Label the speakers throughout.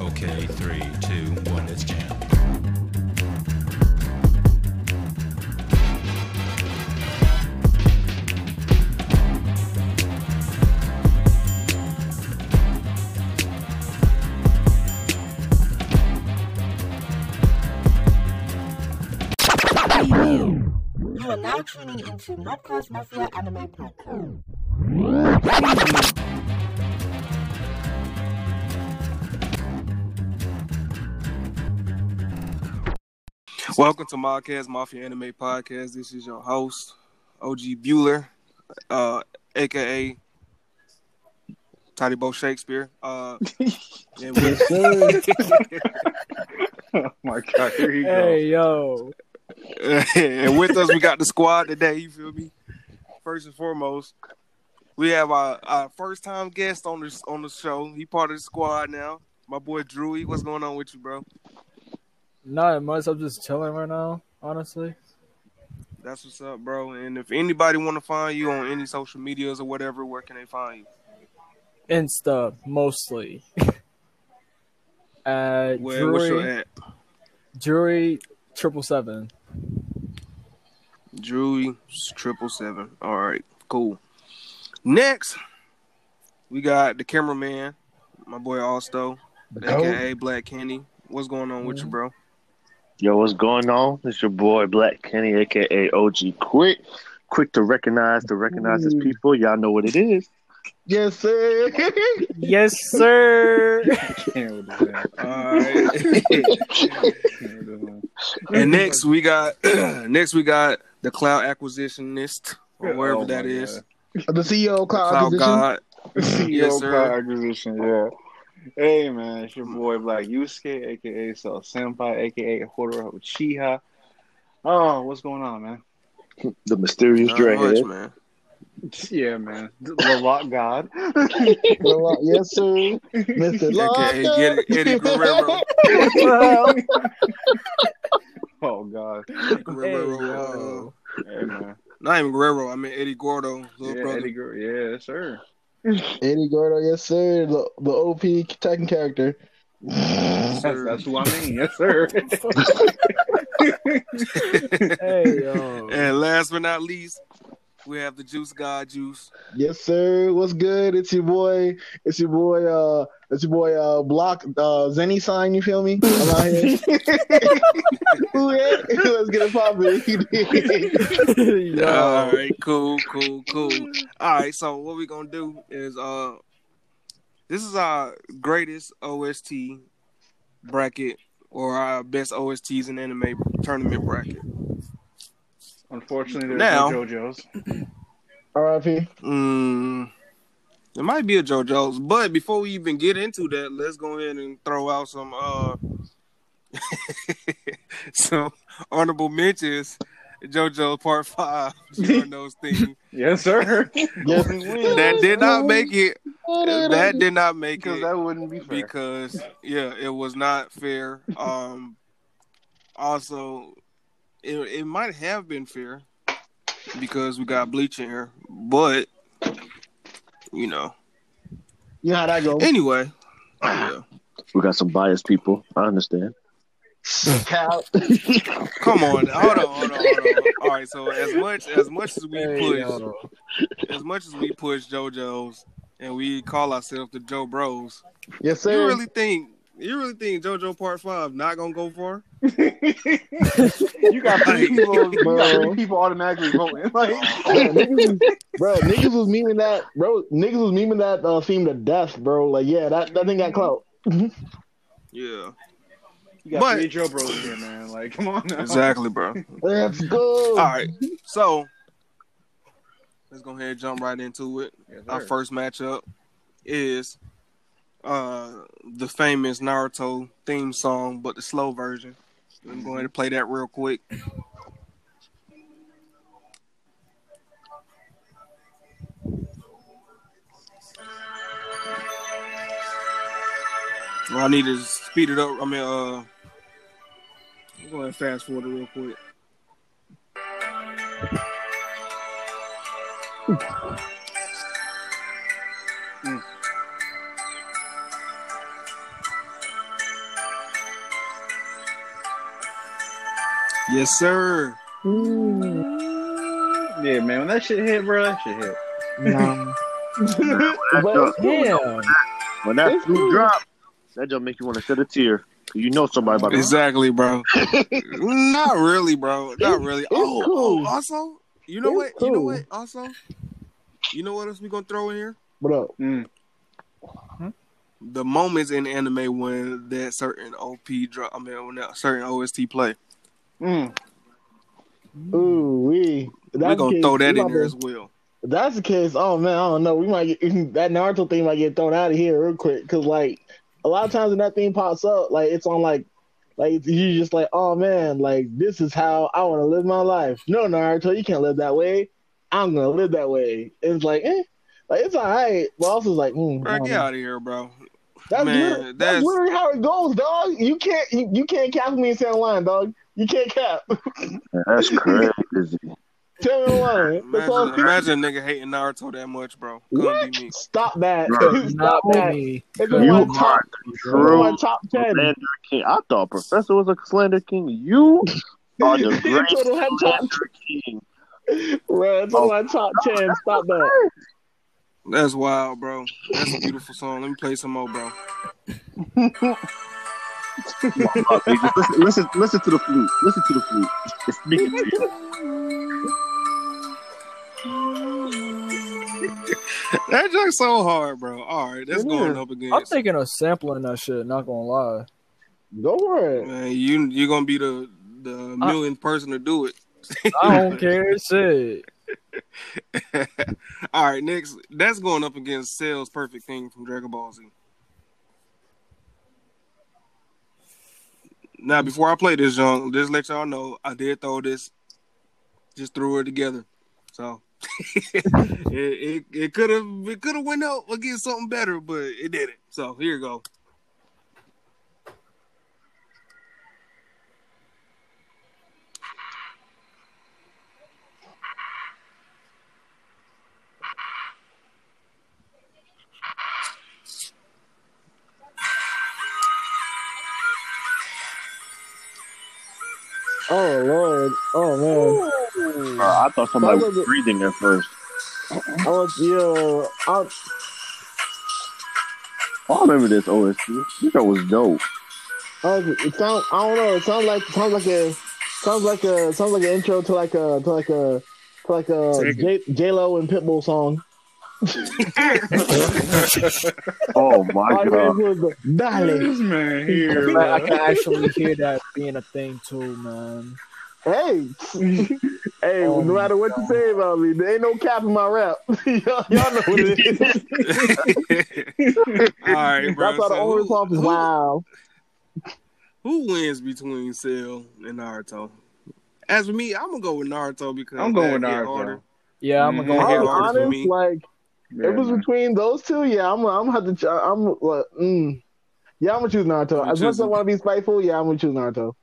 Speaker 1: Okay, three, two, one, it's jam.
Speaker 2: Preview. You are now tuning into Modcast Mafia Anime Podcast. Preview.
Speaker 3: Welcome to Modcast Mafia Anime Podcast. This is your host, OG Bueller, uh, aka Tiny Bo Shakespeare. Uh, and we-
Speaker 4: oh my god, here you
Speaker 5: Hey yo,
Speaker 3: and with us, we got the squad today. You feel me? First and foremost, we have our, our first time guest on this on the show. He part of the squad now. My boy Drewy, what's going on with you, bro?
Speaker 5: not much. I'm just chilling right now. Honestly,
Speaker 3: That's what's up, bro. And if anybody want to find you on any social medias or whatever, where can they find you?
Speaker 5: Insta mostly. uh,
Speaker 3: Where, what's your
Speaker 5: Drury,
Speaker 3: at?
Speaker 5: Drury triple seven.
Speaker 3: Drewy triple seven. All right, cool. Next, we got the cameraman, my boy Alsto, aka Black Candy. What's going on with you, bro?
Speaker 4: Yo, what's going on? It's your boy Black Kenny, aka OG Quick. Quick to recognize, to recognize his people. Y'all know what it is.
Speaker 6: Yes, sir.
Speaker 5: Yes, sir.
Speaker 3: All right. and next we got next we got the cloud acquisitionist or wherever
Speaker 4: Oh,
Speaker 3: that
Speaker 4: my
Speaker 3: is.
Speaker 4: God.
Speaker 6: the
Speaker 4: E
Speaker 6: CEO of
Speaker 3: The Cloud
Speaker 6: Cloud, Acquisition.
Speaker 3: God. Yes,
Speaker 4: CEO
Speaker 3: sir.
Speaker 4: Cloud Acquisition, yeah. Hey man, it's your boy Black Yusuke, aka Cell Senpai, aka Hodoro Chiha. Oh, what's going on, man?
Speaker 7: the mysterious
Speaker 3: Not much,
Speaker 7: dreadhead.
Speaker 3: uh, man.
Speaker 4: Yeah, man. The Lock God.
Speaker 6: Well, uh, yes, sir.
Speaker 3: AKA
Speaker 6: Mr. Locker.
Speaker 3: Eddie, Eddie Guerrero.
Speaker 4: Oh God.
Speaker 3: Eddie
Speaker 5: Hey,
Speaker 3: Guerrero, uh,
Speaker 5: yo.
Speaker 4: Hey man.
Speaker 3: not even Guerrero, I mean Eddie Gordo, little
Speaker 4: Yeah,
Speaker 3: brother.
Speaker 4: Eddie Guerrero. Yeah, sir.
Speaker 6: Eddie Gordo, yes, sir. The, the OP attacking character.
Speaker 4: That's, that's who I mean. Yes, sir.
Speaker 5: Hey yo.
Speaker 3: And last but not least, we have the Juice God Juice.
Speaker 6: Yes, sir. What's good? It's your boy. It's your boy. Uh, it's your boy. Uh, Block. Uh, Zenny sign. You feel me? I'm out here. Who that? Let's get it poppin'.
Speaker 5: yo.
Speaker 3: All right, cool, cool, cool. All right, so what we're gonna do is uh, this is our greatest OST bracket or our best OSTs in anime tournament bracket.
Speaker 4: Unfortunately, there's
Speaker 3: Now-
Speaker 4: no JoJo's.
Speaker 6: R.I.P.
Speaker 3: Mm, it might be a JoJo's, but before we even get into that, let's go ahead and throw out some uh some honorable mentions. JoJo Part Five, Jordan's thing
Speaker 4: Yes, sir.
Speaker 6: Yes.
Speaker 3: that did not make it. That did not make
Speaker 4: Because
Speaker 3: it.
Speaker 4: that wouldn't be fair.
Speaker 3: because yeah, it was not fair. Um, also, it it might have been fair because we got bleach in here, but you know.
Speaker 6: You know how that go.
Speaker 3: Anyway, yeah.
Speaker 7: We got some biased people. I understand.
Speaker 6: Cow.
Speaker 3: come on, hold on, hold on, hold on. All right, so as much as much as we
Speaker 5: Hey,
Speaker 3: push,
Speaker 5: yo.
Speaker 3: as much as we push JoJo's, and we call ourselves the Joe Bros,
Speaker 6: Yes,
Speaker 3: you
Speaker 6: sir.
Speaker 3: really think? You really think JoJo Part Five not gonna go far?
Speaker 4: you got three people. You got three people automatically voting. Like,
Speaker 6: Yeah, niggas was- bro, niggas was memeing that, bro. Niggas was memeing that uh, theme to death, bro. Like, yeah, that, that thing got clout.
Speaker 3: Yeah,
Speaker 4: you got
Speaker 3: But-
Speaker 4: three Joe Bros here, man. Like, come on now.
Speaker 3: exactly, bro.
Speaker 6: Let's go.
Speaker 3: All right. So let's go ahead and jump right into it.
Speaker 4: Yes,
Speaker 3: Our
Speaker 4: sir.
Speaker 3: first matchup is uh the famous Naruto theme song, but the slow version. I'm going to play that real quick. Well, I need to speed it up. I mean, uh, I'm going to fast forward it real quick. Yes, sir.
Speaker 4: Yeah, man. When that shit hit, bro, that shit hit.
Speaker 6: No.
Speaker 7: That jump-
Speaker 5: Damn.
Speaker 7: when that food drop, that just make you want to shed a tear. 'Cause You know somebody about to.
Speaker 3: Exactly, bro. Not really, bro. Not really.
Speaker 6: it's
Speaker 3: Oh,
Speaker 6: cool.
Speaker 3: oh, also, you know
Speaker 6: It's
Speaker 3: what? You know
Speaker 6: cool.
Speaker 3: what? Also, you know what else we gonna throw in here?
Speaker 6: What up?
Speaker 4: Mm.
Speaker 3: The moments in anime when that certain OP drop. I mean, when that certain OST play.
Speaker 4: Mm.
Speaker 6: Ooh, we.
Speaker 3: We're gonna throw that in there as well.
Speaker 6: If that's the case, oh man, I don't know. We might get that Naruto thing might get thrown out of here real quick because like a lot of times when that thing pops up, like it's on like like you just like, oh man, like this is how I want to live my life. No, Naruto, you can't live that way. I'm gonna live that way. And it's like, eh, like it's all right, but also it's like, mm, I
Speaker 3: Bro,
Speaker 6: don't
Speaker 3: get
Speaker 6: know.
Speaker 3: out of here, bro.
Speaker 6: that's,
Speaker 3: man,
Speaker 6: literally, that's,
Speaker 3: that's-
Speaker 6: literally how it goes, dog. You can't you, you can't cap me and say I'm lying, dog. You can't cap.
Speaker 7: That's crazy.
Speaker 6: Tell me I'm lying. That's all.
Speaker 3: Imagine, imagine a nigga hating Naruto that much, bro. Couldn't
Speaker 6: What?
Speaker 3: be me.
Speaker 6: Stop that.
Speaker 7: Bro,
Speaker 6: Stop
Speaker 5: Not
Speaker 6: that.
Speaker 5: me.
Speaker 6: It's in
Speaker 7: You
Speaker 6: my
Speaker 7: are
Speaker 6: top One of my
Speaker 7: true
Speaker 6: top ten.
Speaker 7: slander king. I thought Professor was a slander king. You are the
Speaker 6: It's one of my
Speaker 7: great
Speaker 6: top-
Speaker 7: slander king.
Speaker 6: Bro, it's one of my top ten. Stop that.
Speaker 3: That's wild, bro. That's a beautiful song. Let me play some more, bro.
Speaker 7: listen, listen, listen to the flute. Listen to the flute. It's speaking to you.
Speaker 3: That joke's so hard, bro. All right, that's
Speaker 6: It
Speaker 3: going
Speaker 6: is.
Speaker 3: up
Speaker 5: I'm
Speaker 3: against.
Speaker 5: thinking of sampling that shit. Not gonna lie.
Speaker 6: Go for it.
Speaker 3: Man, you you're gonna be the the millionth person to do it.
Speaker 5: I don't care. Shit.
Speaker 3: All right, next that's going up against Cell's perfect thing from Dragon Ball Z. Now, before I play this, young, just let y'all know I did throw this, just threw it together. So it it it could have it could have went up against something better, but it didn't. So here you go.
Speaker 6: Oh lord. Oh man.
Speaker 7: Bro, I thought somebody was breathing at first.
Speaker 6: I was yo. I,
Speaker 7: I remember this OST. This show was dope.
Speaker 6: I was, it sound. I don't know. It sounds like sounds like a sounds like a sounds like an intro to like a to like a to like a
Speaker 3: Take
Speaker 6: J J Lo and Pitbull song.
Speaker 7: Oh my
Speaker 6: All you
Speaker 7: god.
Speaker 6: gotta do is go, Dale.
Speaker 4: This man here.
Speaker 5: Like, I can
Speaker 4: bro.
Speaker 5: actually hear that being a thing too, man.
Speaker 6: Hey, hey!
Speaker 5: Oh
Speaker 6: no
Speaker 5: my
Speaker 6: matter what you say about me, there ain't no cap in my rap. y'all, y'all know what it is.
Speaker 3: All right, bro.
Speaker 6: That's why the
Speaker 3: so
Speaker 6: only
Speaker 3: who-
Speaker 6: response is
Speaker 3: who-
Speaker 6: wow.
Speaker 3: Who wins between Cell and Naruto? As for me, I'm gonna go with Naruto because
Speaker 4: I'm going with
Speaker 3: that hit
Speaker 4: Naruto.
Speaker 3: harder.
Speaker 5: Yeah, I'm
Speaker 4: Mhm.
Speaker 5: gonna
Speaker 6: I'm
Speaker 5: go.
Speaker 3: Hit harder for
Speaker 6: honest,
Speaker 3: me.
Speaker 6: like.
Speaker 4: Yeah,
Speaker 6: if it was
Speaker 4: man.
Speaker 6: between those two, yeah, I'm I'm have to ch- I'm uh, mm. yeah, I'm gonna choose Naruto.
Speaker 3: You
Speaker 6: As much as I
Speaker 3: choosing-
Speaker 6: want to be spiteful, yeah, I'm gonna choose Naruto.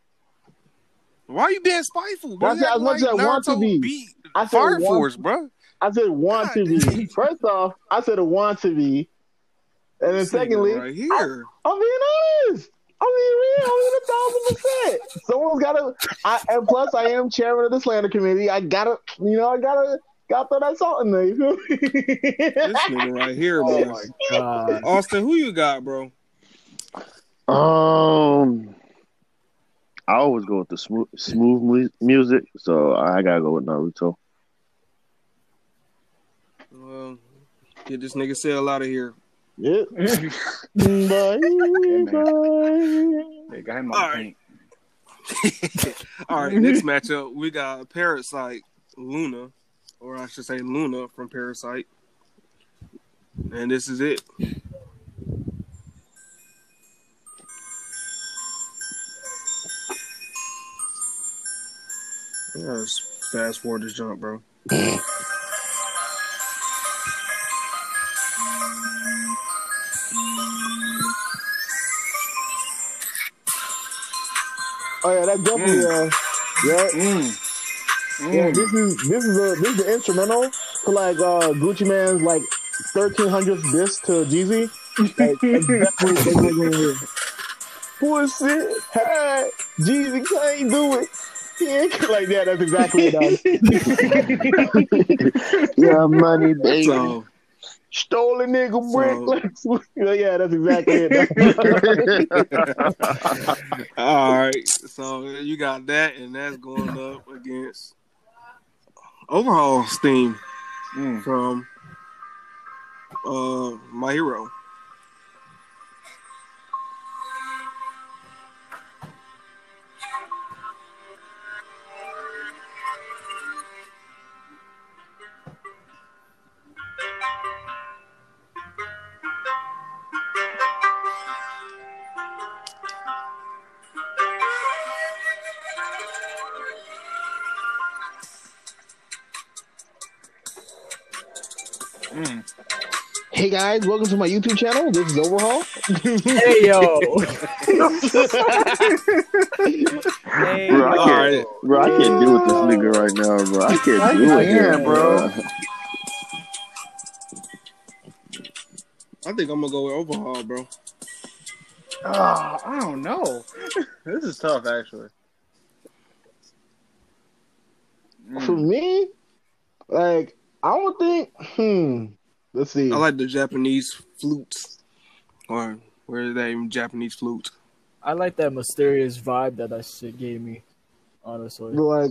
Speaker 3: Why are you being spiteful? bro?
Speaker 6: That's
Speaker 3: You
Speaker 6: as
Speaker 3: act
Speaker 6: much as I want to
Speaker 3: Naruto
Speaker 6: be.
Speaker 3: beat
Speaker 6: I said
Speaker 3: Fire
Speaker 6: want-
Speaker 3: Force, bro.
Speaker 6: I said want to be.
Speaker 3: Goddamn.
Speaker 6: First off, I said want to be, and then
Speaker 3: This nigga
Speaker 6: secondly,
Speaker 3: right here.
Speaker 6: I'm being honest. I'm being real. I'm being a thousand percent. Someone's gotta. I, and plus, I am chairman of the slander committee. I gotta, you know, I gotta, gotta throw that salt in there. You feel me?
Speaker 3: This nigga right here,
Speaker 5: Oh
Speaker 3: man.
Speaker 5: my god.
Speaker 3: Austin, who you got, bro?
Speaker 7: Um, I always go with the smooth, smooth mu- music, so I gotta go with Naruto.
Speaker 3: Uh, get this nigga Cell out of here.
Speaker 6: yeah. bye, bye.
Speaker 4: They got him
Speaker 3: All
Speaker 4: on
Speaker 3: right.
Speaker 4: paint.
Speaker 3: All right, next matchup we got Parasite Luna, or I should say Luna from Parasite, and this is it. Let's fast forward this jump, bro.
Speaker 6: Oh yeah, that definitely uh, yeah,
Speaker 4: Mm.
Speaker 6: yeah.
Speaker 4: Mm.
Speaker 6: This is this is a this is the instrumental to like uh Gucci Man's like thirteen hundredth disc to Jeezy. Like, that's definitely- that's definitely in here. Pussy, hey, Jeezy can't do it. like, yeah, that's exactly what it
Speaker 7: yeah, money, baby.
Speaker 3: So
Speaker 6: Stole a nigga
Speaker 3: So-
Speaker 6: brick. yeah, that's exactly it.
Speaker 3: all right, so you got that, and that's going up against overhaul steam
Speaker 4: Mm.
Speaker 3: from uh my hero.
Speaker 6: hey guys, welcome to my YouTube channel. This is Overhaul.
Speaker 5: Hey yo. hey,
Speaker 7: Bro, I
Speaker 5: yo.
Speaker 3: All right,
Speaker 7: Bro, I can't deal with this nigga right now, bro. I
Speaker 5: I
Speaker 7: can't do it,
Speaker 5: can't,
Speaker 7: bro.
Speaker 3: I think I'm gonna go with overhaul, bro.
Speaker 4: Ah, I don't know. this is tough, actually.
Speaker 6: For me, like, I don't think. Hmm. Let's see.
Speaker 3: I like the Japanese flutes, or where is that even Japanese flutes?
Speaker 5: I like that mysterious vibe that that shit gave me. Honestly,
Speaker 6: But, like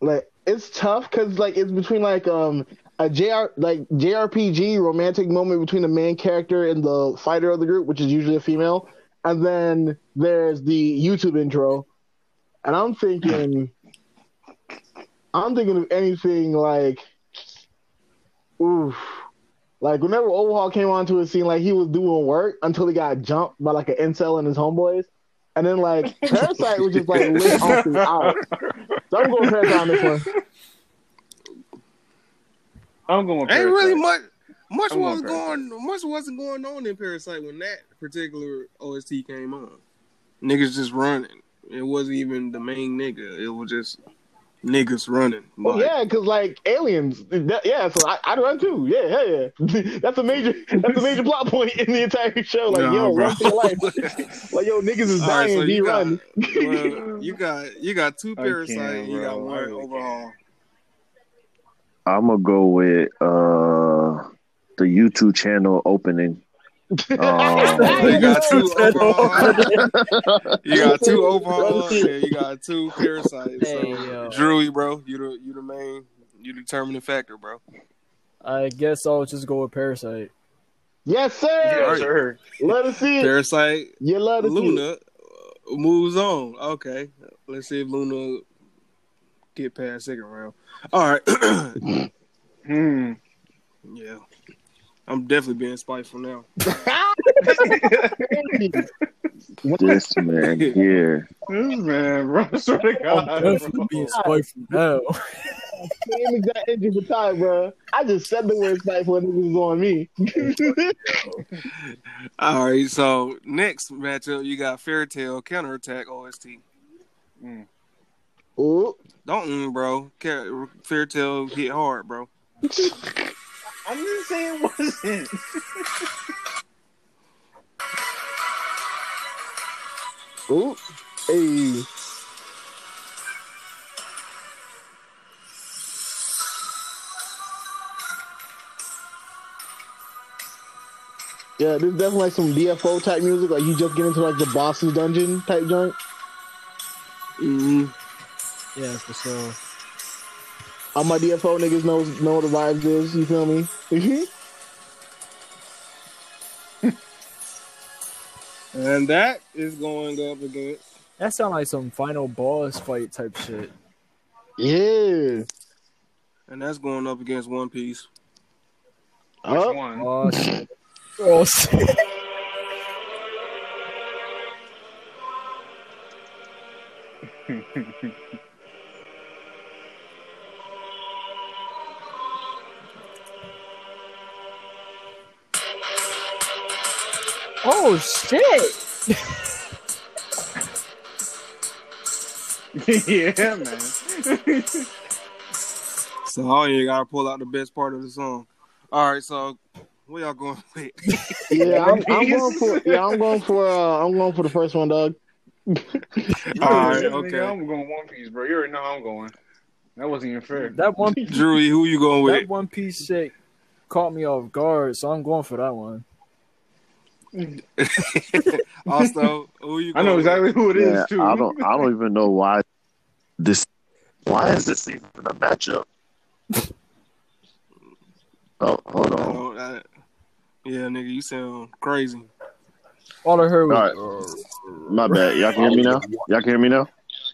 Speaker 6: like it's tough because like it's between like um a JR like JRPG romantic moment between the main character and the fighter of the group, which is usually a female, and then there's the YouTube intro, and I'm thinking, I'm thinking of anything like, oof. Like whenever Overhaul came onto a scene, like he was doing work until he got jumped by like an incel and his homeboys, and then like Parasite was just like lit off his out. So I'm going Parasite on this one.
Speaker 4: I'm going.
Speaker 3: Ain't really much.
Speaker 4: Parasite.
Speaker 3: Much
Speaker 4: I'm
Speaker 3: was
Speaker 4: going Parasite.
Speaker 3: going, much wasn't going on in Parasite when that particular OST came on. Niggas just running. It wasn't even the main nigga. It was just niggas running.
Speaker 4: Oh,
Speaker 6: Well,
Speaker 3: Like,
Speaker 6: yeah, because like aliens, that- yeah. So I, I'd run too. Yeah, yeah, yeah. That's a major. That's a major plot point in the entire show. Like,
Speaker 3: Nah,
Speaker 6: yo,
Speaker 3: bro.
Speaker 6: run for your life. like, yo, niggas is
Speaker 3: All right,
Speaker 6: dying.
Speaker 3: so
Speaker 6: be
Speaker 3: you got,
Speaker 6: run.
Speaker 3: well, you got you got two
Speaker 4: I
Speaker 3: parasite
Speaker 4: can't,
Speaker 3: and you got
Speaker 4: bro. I
Speaker 3: one
Speaker 4: really
Speaker 3: overhaul.
Speaker 7: I'm gonna go with uh the YouTube channel opening.
Speaker 3: Oh, So
Speaker 7: Um,
Speaker 3: you got two overhaul. you got two overhaul
Speaker 6: That's it.
Speaker 3: and you got two parasites.
Speaker 5: Hey,
Speaker 3: So
Speaker 5: yo.
Speaker 3: Drewy, bro, you the you the main you the determining factor, bro.
Speaker 5: I guess I'll just go with Parasite.
Speaker 6: Yes, sir.
Speaker 4: Yes, sir.
Speaker 6: Let us see it.
Speaker 3: Parasite
Speaker 6: You love to see it.
Speaker 3: Luna uh, moves on. Okay, let's see if Luna get past second round. All right,
Speaker 4: Hmm.
Speaker 3: yeah, I'm definitely being spiteful now.
Speaker 7: this man here.
Speaker 4: This man, bro. I Swear to
Speaker 5: I'm
Speaker 4: God,
Speaker 5: definitely
Speaker 4: bro.
Speaker 5: being spiteful now.
Speaker 6: Same exact engine for time, bro. I just said the word spiteful and it was on me.
Speaker 3: All right, so next matchup you got Fairytale Counterattack OST.
Speaker 6: Ooh.
Speaker 3: Don't mm, bro. Ca- Fairytale hit hard, bro.
Speaker 4: I'm just saying, it wasn't.
Speaker 6: Ooh. Hey. Yeah, this is definitely like some DFO type music. Like you just get into like the boss's dungeon type joint.
Speaker 3: Mm-hmm.
Speaker 5: yeah, for sure.
Speaker 6: All my DFO niggas knows know what the vibes is. You feel me? Mhm.
Speaker 3: And that is going up against.
Speaker 5: That sound like some final boss fight type shit.
Speaker 6: yeah.
Speaker 3: And that's going up against One Piece.
Speaker 4: Which
Speaker 6: Oh,
Speaker 4: one?
Speaker 5: Oh shit. Oh shit. Oh shit!
Speaker 4: yeah, man.
Speaker 3: So all you gotta pull out the best part of the song. All right, so where y'all going with?
Speaker 6: yeah. I'm, I'm going for yeah. I'm going for uh, I'm going for the first one, Doug.
Speaker 4: All right,
Speaker 3: right,
Speaker 4: okay.
Speaker 3: okay.
Speaker 4: I'm going One Piece, bro. You already know how I'm going. That wasn't even fair.
Speaker 5: That one
Speaker 3: Drewy, who you going
Speaker 5: that
Speaker 3: with?
Speaker 5: one piece shit caught me off guard, so I'm going for that one.
Speaker 3: also, who you?
Speaker 4: I
Speaker 3: Going
Speaker 4: know exactly who it is
Speaker 7: Yeah,
Speaker 4: too.
Speaker 7: I don't. I don't even know why this. Why is this even a matchup? oh, hold
Speaker 3: With? I
Speaker 7: on.
Speaker 3: don't- I- yeah, nigga, you sound crazy.
Speaker 5: All I heard was
Speaker 7: All right, my bad. Y'all can hear me now. Y'all can hear me now.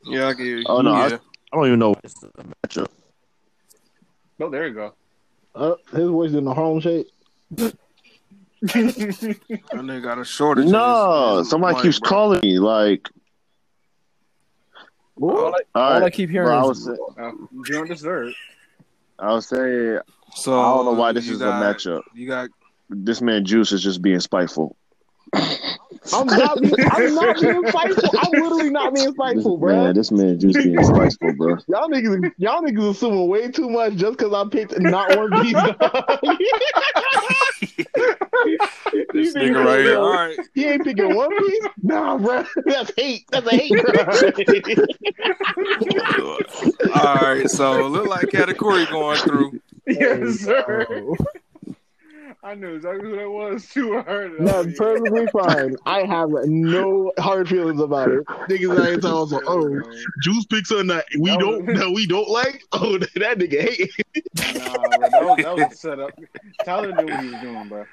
Speaker 3: Yeah, I can hear you.
Speaker 7: Oh, no, I-
Speaker 3: yeah.
Speaker 7: I don't even know why it's a matchup.
Speaker 4: Oh, there you go.
Speaker 6: Uh, his voice in the Harlem Shake.
Speaker 3: that nigga got a shortage. of
Speaker 7: No,
Speaker 3: his-
Speaker 7: somebody
Speaker 3: his
Speaker 7: keeps
Speaker 3: mic, bro.
Speaker 7: calling me. Like,
Speaker 5: all, I,
Speaker 7: all
Speaker 5: all I
Speaker 7: right,
Speaker 5: keep
Speaker 7: bro,
Speaker 5: hearing
Speaker 7: I
Speaker 5: is
Speaker 7: was,
Speaker 4: Uh, you don't deserve. it.
Speaker 7: I was saying,
Speaker 3: So
Speaker 7: I don't know why this
Speaker 3: Oh, you
Speaker 7: is
Speaker 3: got-
Speaker 7: a matchup.
Speaker 3: You got
Speaker 7: This man Juice is just being spiteful.
Speaker 6: I'm not. being- I'm not being spiteful. I'm literally not being spiteful,
Speaker 7: this,
Speaker 6: bro.
Speaker 7: Man, this man Juice being spiteful, bro.
Speaker 6: Y'all niggas, y'all niggas assuming way too much just because I picked not One Piece. dog.
Speaker 3: this nigga right here. All right,
Speaker 6: He ain't picking One Piece. Nah, bro, that's hate. That's a hate. bro.
Speaker 3: all right. So it look like category going through.
Speaker 4: Yes, sir.
Speaker 5: oh,
Speaker 4: I knew exactly who that was too. I heard it. Oh,
Speaker 6: That's perfectly fine. I have no hard feelings about it. Niggas out here telling us, like, oh, Juice picks on that we
Speaker 4: That was-
Speaker 6: don't that we don't like. Oh, that, that nigga hate.
Speaker 4: Nah, bro, that was, that was set up. Tyler knew what he was doing, bro.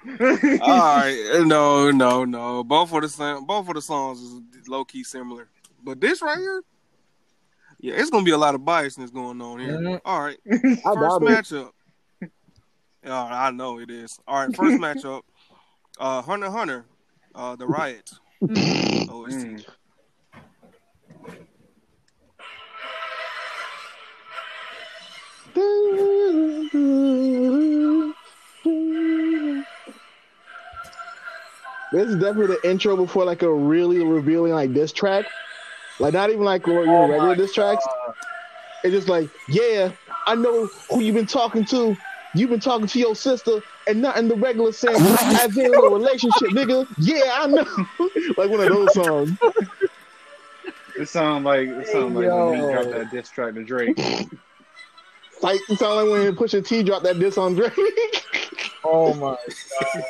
Speaker 3: All right, no, no, no. Both of the same, both of the songs is low key similar, but this right here, yeah, it's gonna be a lot of biasness going on here.
Speaker 5: Mhm.
Speaker 4: Mm-hmm.
Speaker 3: All right,
Speaker 6: I
Speaker 3: first
Speaker 6: doubt it.
Speaker 3: matchup. Oh, I know it is. All right, first matchup. Uh, Hunter Hunter, uh, the riot. Oh, OST.
Speaker 4: Mm.
Speaker 6: This is definitely the intro before like a really revealing like diss track. Like not even like your your regular diss tracks. It's just like, yeah, I know who you've been talking to. You've been talking to your sister and not in the regular sense. I've been in a relationship, nigga. Yeah, I know. like one of those songs.
Speaker 4: It sounds like it sounds like when he
Speaker 5: Yo.
Speaker 4: dropped that diss track to Drake.
Speaker 6: Like it sound like when Pusha T dropped that diss on Drake.
Speaker 5: oh my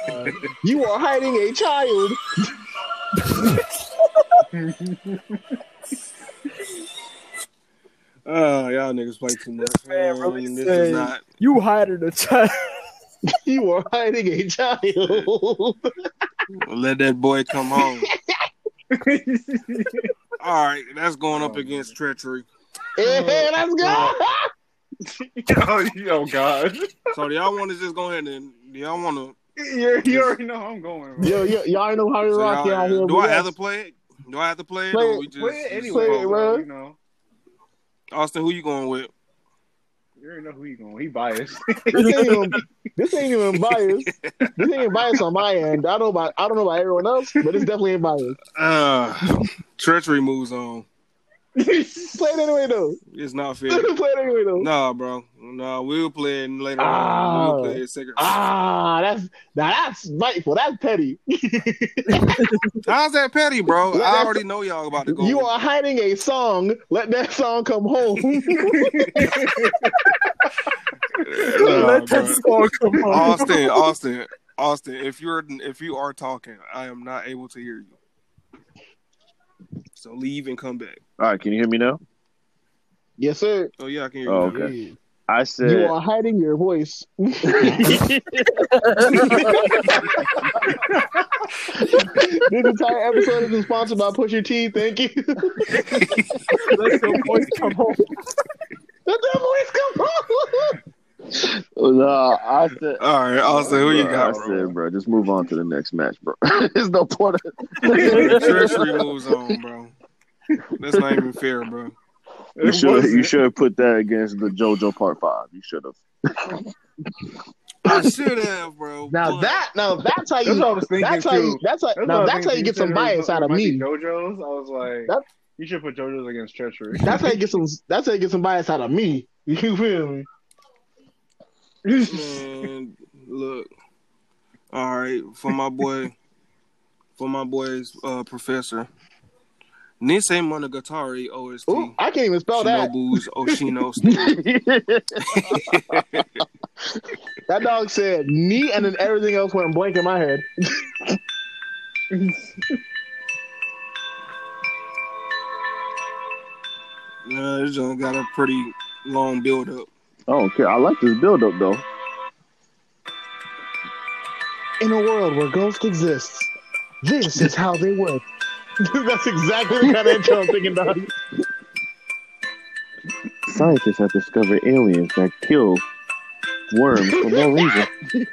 Speaker 5: god.
Speaker 6: you are hiding a child.
Speaker 3: Oh, y'all niggas play too much.
Speaker 5: man really
Speaker 3: this
Speaker 5: say-
Speaker 3: is not.
Speaker 5: You hiding a child.
Speaker 6: You are hiding a child.
Speaker 3: Let that boy come home. All right, that's going up against treachery.
Speaker 6: yeah, let's go.
Speaker 4: oh, oh God!
Speaker 3: So do y'all want to just go ahead and do y'all want to?
Speaker 4: You, you already know how I'm going. Bro.
Speaker 6: Yo, yo, y'all ain't know how to
Speaker 3: So
Speaker 6: rock.
Speaker 3: y'all-
Speaker 6: Y'all here.
Speaker 3: do I have to play it? Do I have to play it?
Speaker 6: Play
Speaker 3: or
Speaker 6: it.
Speaker 3: we just,
Speaker 4: Well, anyway,
Speaker 6: say
Speaker 4: bro,
Speaker 6: it, bro.
Speaker 4: you know,
Speaker 3: Austin, who you going with?
Speaker 4: you already know who you going. He biased.
Speaker 6: This ain't even. This ain't even biased. This ain't even biased on my end. I don't know about. I don't know about everyone else, but it's definitely ain't biased.
Speaker 3: Uh, treachery moves on.
Speaker 6: Play it anyway though.
Speaker 3: It's not fair.
Speaker 6: Play it anyway though.
Speaker 3: nah, bro. Nah, we'll play it later.
Speaker 6: Ah.
Speaker 3: on. We'll play it second.
Speaker 6: Ah, that's now that's spiteful. That's petty.
Speaker 3: How's that petty, bro?
Speaker 6: Let
Speaker 3: I
Speaker 6: that-
Speaker 3: already know y'all about to go.
Speaker 6: You
Speaker 3: with-
Speaker 6: are hiding a song. Let that song come home.
Speaker 3: Nah,
Speaker 5: Let that
Speaker 3: bro.
Speaker 5: song come on.
Speaker 3: Austin, Austin, Austin. If you're if you are talking, I am not able to hear you. So leave and come back.
Speaker 7: All right, can you hear me now?
Speaker 6: yes, sir.
Speaker 3: Oh yeah, I can hear
Speaker 7: Oh,
Speaker 3: you. now.
Speaker 7: okay. I said,
Speaker 6: You are hiding your voice. this entire episode has been sponsored by Pusher T. Thank you.
Speaker 5: Let your voice come home.
Speaker 6: Let that voice come on.
Speaker 7: nah, Oh, I said.
Speaker 3: All right, Austin, who you
Speaker 7: Bro,
Speaker 3: got?
Speaker 7: I
Speaker 3: bro?
Speaker 7: said, bro, just move on to the next match, bro. There's no point.
Speaker 3: Treachery moves on, bro. That's not even fair, bro.
Speaker 7: You should you should have put that against the JoJo Part Five. You should have.
Speaker 3: I should have, bro.
Speaker 6: Now
Speaker 3: but-
Speaker 6: that now that's how
Speaker 4: That's what I
Speaker 6: you
Speaker 4: was thinking
Speaker 6: that's how
Speaker 4: too.
Speaker 6: you that's how
Speaker 4: That's what
Speaker 6: now
Speaker 4: I
Speaker 6: that's
Speaker 4: think
Speaker 6: how you get some
Speaker 4: said
Speaker 6: bias out of
Speaker 4: might be
Speaker 6: me.
Speaker 4: JoJo's, I was like,
Speaker 6: That-
Speaker 4: you should put JoJo's against treachery.
Speaker 6: That's how you get some that's how you get some bias out of me. You feel me?
Speaker 4: Mm,
Speaker 3: man, look. All right, for my boy, for my boy's uh, professor. Nisei Monogatari OST.
Speaker 6: Ooh, I can't even spell that.
Speaker 3: Shinobu's Oshino Story.
Speaker 6: That dog said knee, and then everything else went blank in my head.
Speaker 3: Yeah, this joint got a pretty long build up.
Speaker 7: I don't care. I like this build up though.
Speaker 6: In a world where ghosts exist, this is how they work. That's exactly the kind of intro I'm thinking about.
Speaker 7: Scientists have discovered aliens that kill worms for no reason.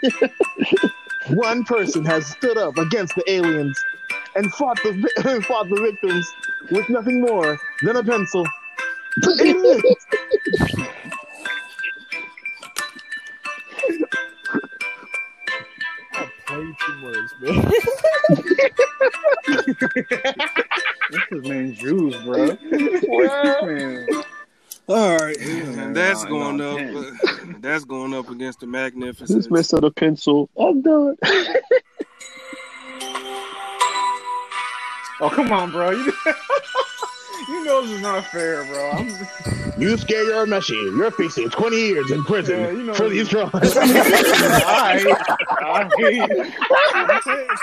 Speaker 6: One person has stood up against the aliens and fought the vi- fought the victims with nothing more than a pencil.
Speaker 5: I played some words, man.
Speaker 4: This is man Jews, bro. This man.
Speaker 3: All right,
Speaker 4: Yeah,
Speaker 3: and that's
Speaker 4: nah,
Speaker 3: going
Speaker 4: nah,
Speaker 3: up. uh, that's going up against the
Speaker 7: This
Speaker 3: magnificent.
Speaker 7: mess of the pencil. I'm done.
Speaker 4: Oh come on, bro. You, you know this is not fair, bro. I'm,
Speaker 6: You scare your Meshi. You're facing 20 years in prison
Speaker 4: Yeah, you know-
Speaker 6: for these crimes.
Speaker 4: I, I,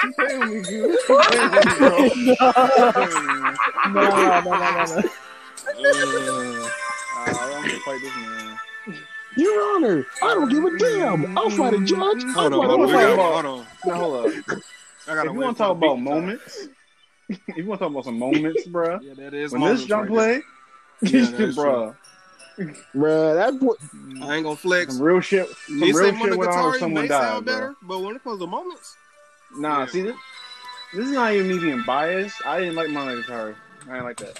Speaker 4: she playing with me, dude. She playing with me, bro.
Speaker 5: No, no, no, no, no.
Speaker 4: Uh, I'm gonna fight this man.
Speaker 6: your Honor, I don't give a damn. I'll fight a judge. I'll
Speaker 3: Hold on, hold
Speaker 6: fight a
Speaker 3: on,
Speaker 4: wanna
Speaker 3: we
Speaker 4: fight
Speaker 6: lawyer.
Speaker 3: gotta-
Speaker 4: about-
Speaker 3: hold on.
Speaker 4: Now hold up.
Speaker 3: I gotta
Speaker 4: if you
Speaker 3: wait
Speaker 4: want
Speaker 3: for
Speaker 4: to talk
Speaker 3: the beat
Speaker 4: about
Speaker 3: to-
Speaker 4: moments, if you want to talk about some moments, bruh,
Speaker 3: Yeah, that is
Speaker 4: when
Speaker 3: moments
Speaker 4: this jump
Speaker 3: right there.
Speaker 4: play,
Speaker 3: Yeah, that is
Speaker 4: bruh,
Speaker 6: Bruh, that boy.
Speaker 3: I ain't gonna flex.
Speaker 4: some real shit, some
Speaker 3: Nisei
Speaker 4: real shit went on
Speaker 3: Monogatari
Speaker 4: when someone
Speaker 3: may
Speaker 4: died,
Speaker 3: sound
Speaker 4: bro.
Speaker 3: better, but when it comes to moments,
Speaker 4: Nah,
Speaker 3: Yeah.
Speaker 4: see, this, this is not even me being biased. I didn't like Monogatari. I didn't like that.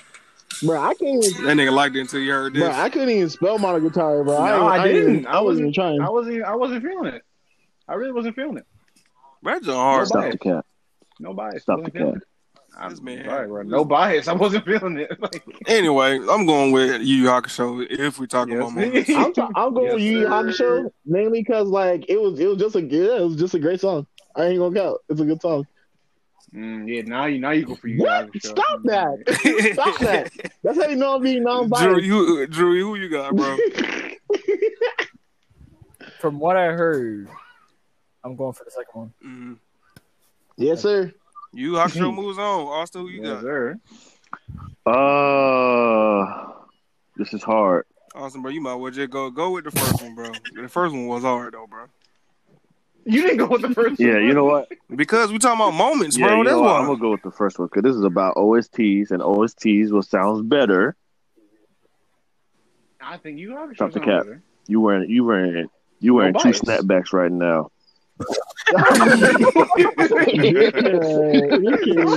Speaker 6: Bruh, I can't even.
Speaker 3: that nigga liked it until you heard this.
Speaker 6: Bruh, I couldn't even spell mono guitar, bro.
Speaker 4: No, I didn't.
Speaker 6: Even, I wasn't even trying.
Speaker 4: I wasn't. I wasn't feeling it. I really wasn't feeling it.
Speaker 3: That's a hard.
Speaker 4: Nobody-
Speaker 7: Stop the cat.
Speaker 4: No bias.
Speaker 7: Stop
Speaker 4: Wasn't
Speaker 7: the
Speaker 4: feeling
Speaker 7: cat.
Speaker 4: it. I'm
Speaker 3: This man-
Speaker 4: sorry, bro. No bias. I wasn't feeling it. Like,
Speaker 3: Anyway, I'm going with Yu Yu Hakusho if we talk about moments.
Speaker 4: yes.
Speaker 6: I'm, try- I'm going
Speaker 4: Yes,
Speaker 6: with Yu Yu
Speaker 4: sir.
Speaker 6: Hakusho mainly because like it was it was just a yeah, it was just a great song. I ain't gonna count. It's a good song.
Speaker 4: Mm, yeah, now you now you go for you.
Speaker 6: What? Stop
Speaker 4: Mm,
Speaker 6: that! Stop that! That's how you know I'm being
Speaker 3: Drew,
Speaker 6: non-biased.
Speaker 3: you, Drew, who you got, bro?
Speaker 5: From what I heard, I'm going for the second one.
Speaker 3: mm.
Speaker 6: yes, sir.
Speaker 3: Yu Yu Hakusho moves on. Austin, who you
Speaker 4: Yes,
Speaker 3: got?
Speaker 4: sir.
Speaker 7: Uh, this is hard.
Speaker 3: Austin, bro, you might well just go go with the first one, bro. The first one was hard though, bro.
Speaker 4: You didn't go with the first.
Speaker 7: Yeah, you know what?
Speaker 3: Because we talking about moments,
Speaker 7: Yeah,
Speaker 3: bro.
Speaker 7: you
Speaker 3: That's
Speaker 7: know what? I'm
Speaker 3: why.
Speaker 7: gonna go with the first one because this is about OSTs and OSTs. What sounds better?
Speaker 4: I think you have
Speaker 7: Stop the cat. You wearing you wearing you wearing two
Speaker 4: bias.
Speaker 7: snapbacks right now.
Speaker 6: Yeah, you kidding.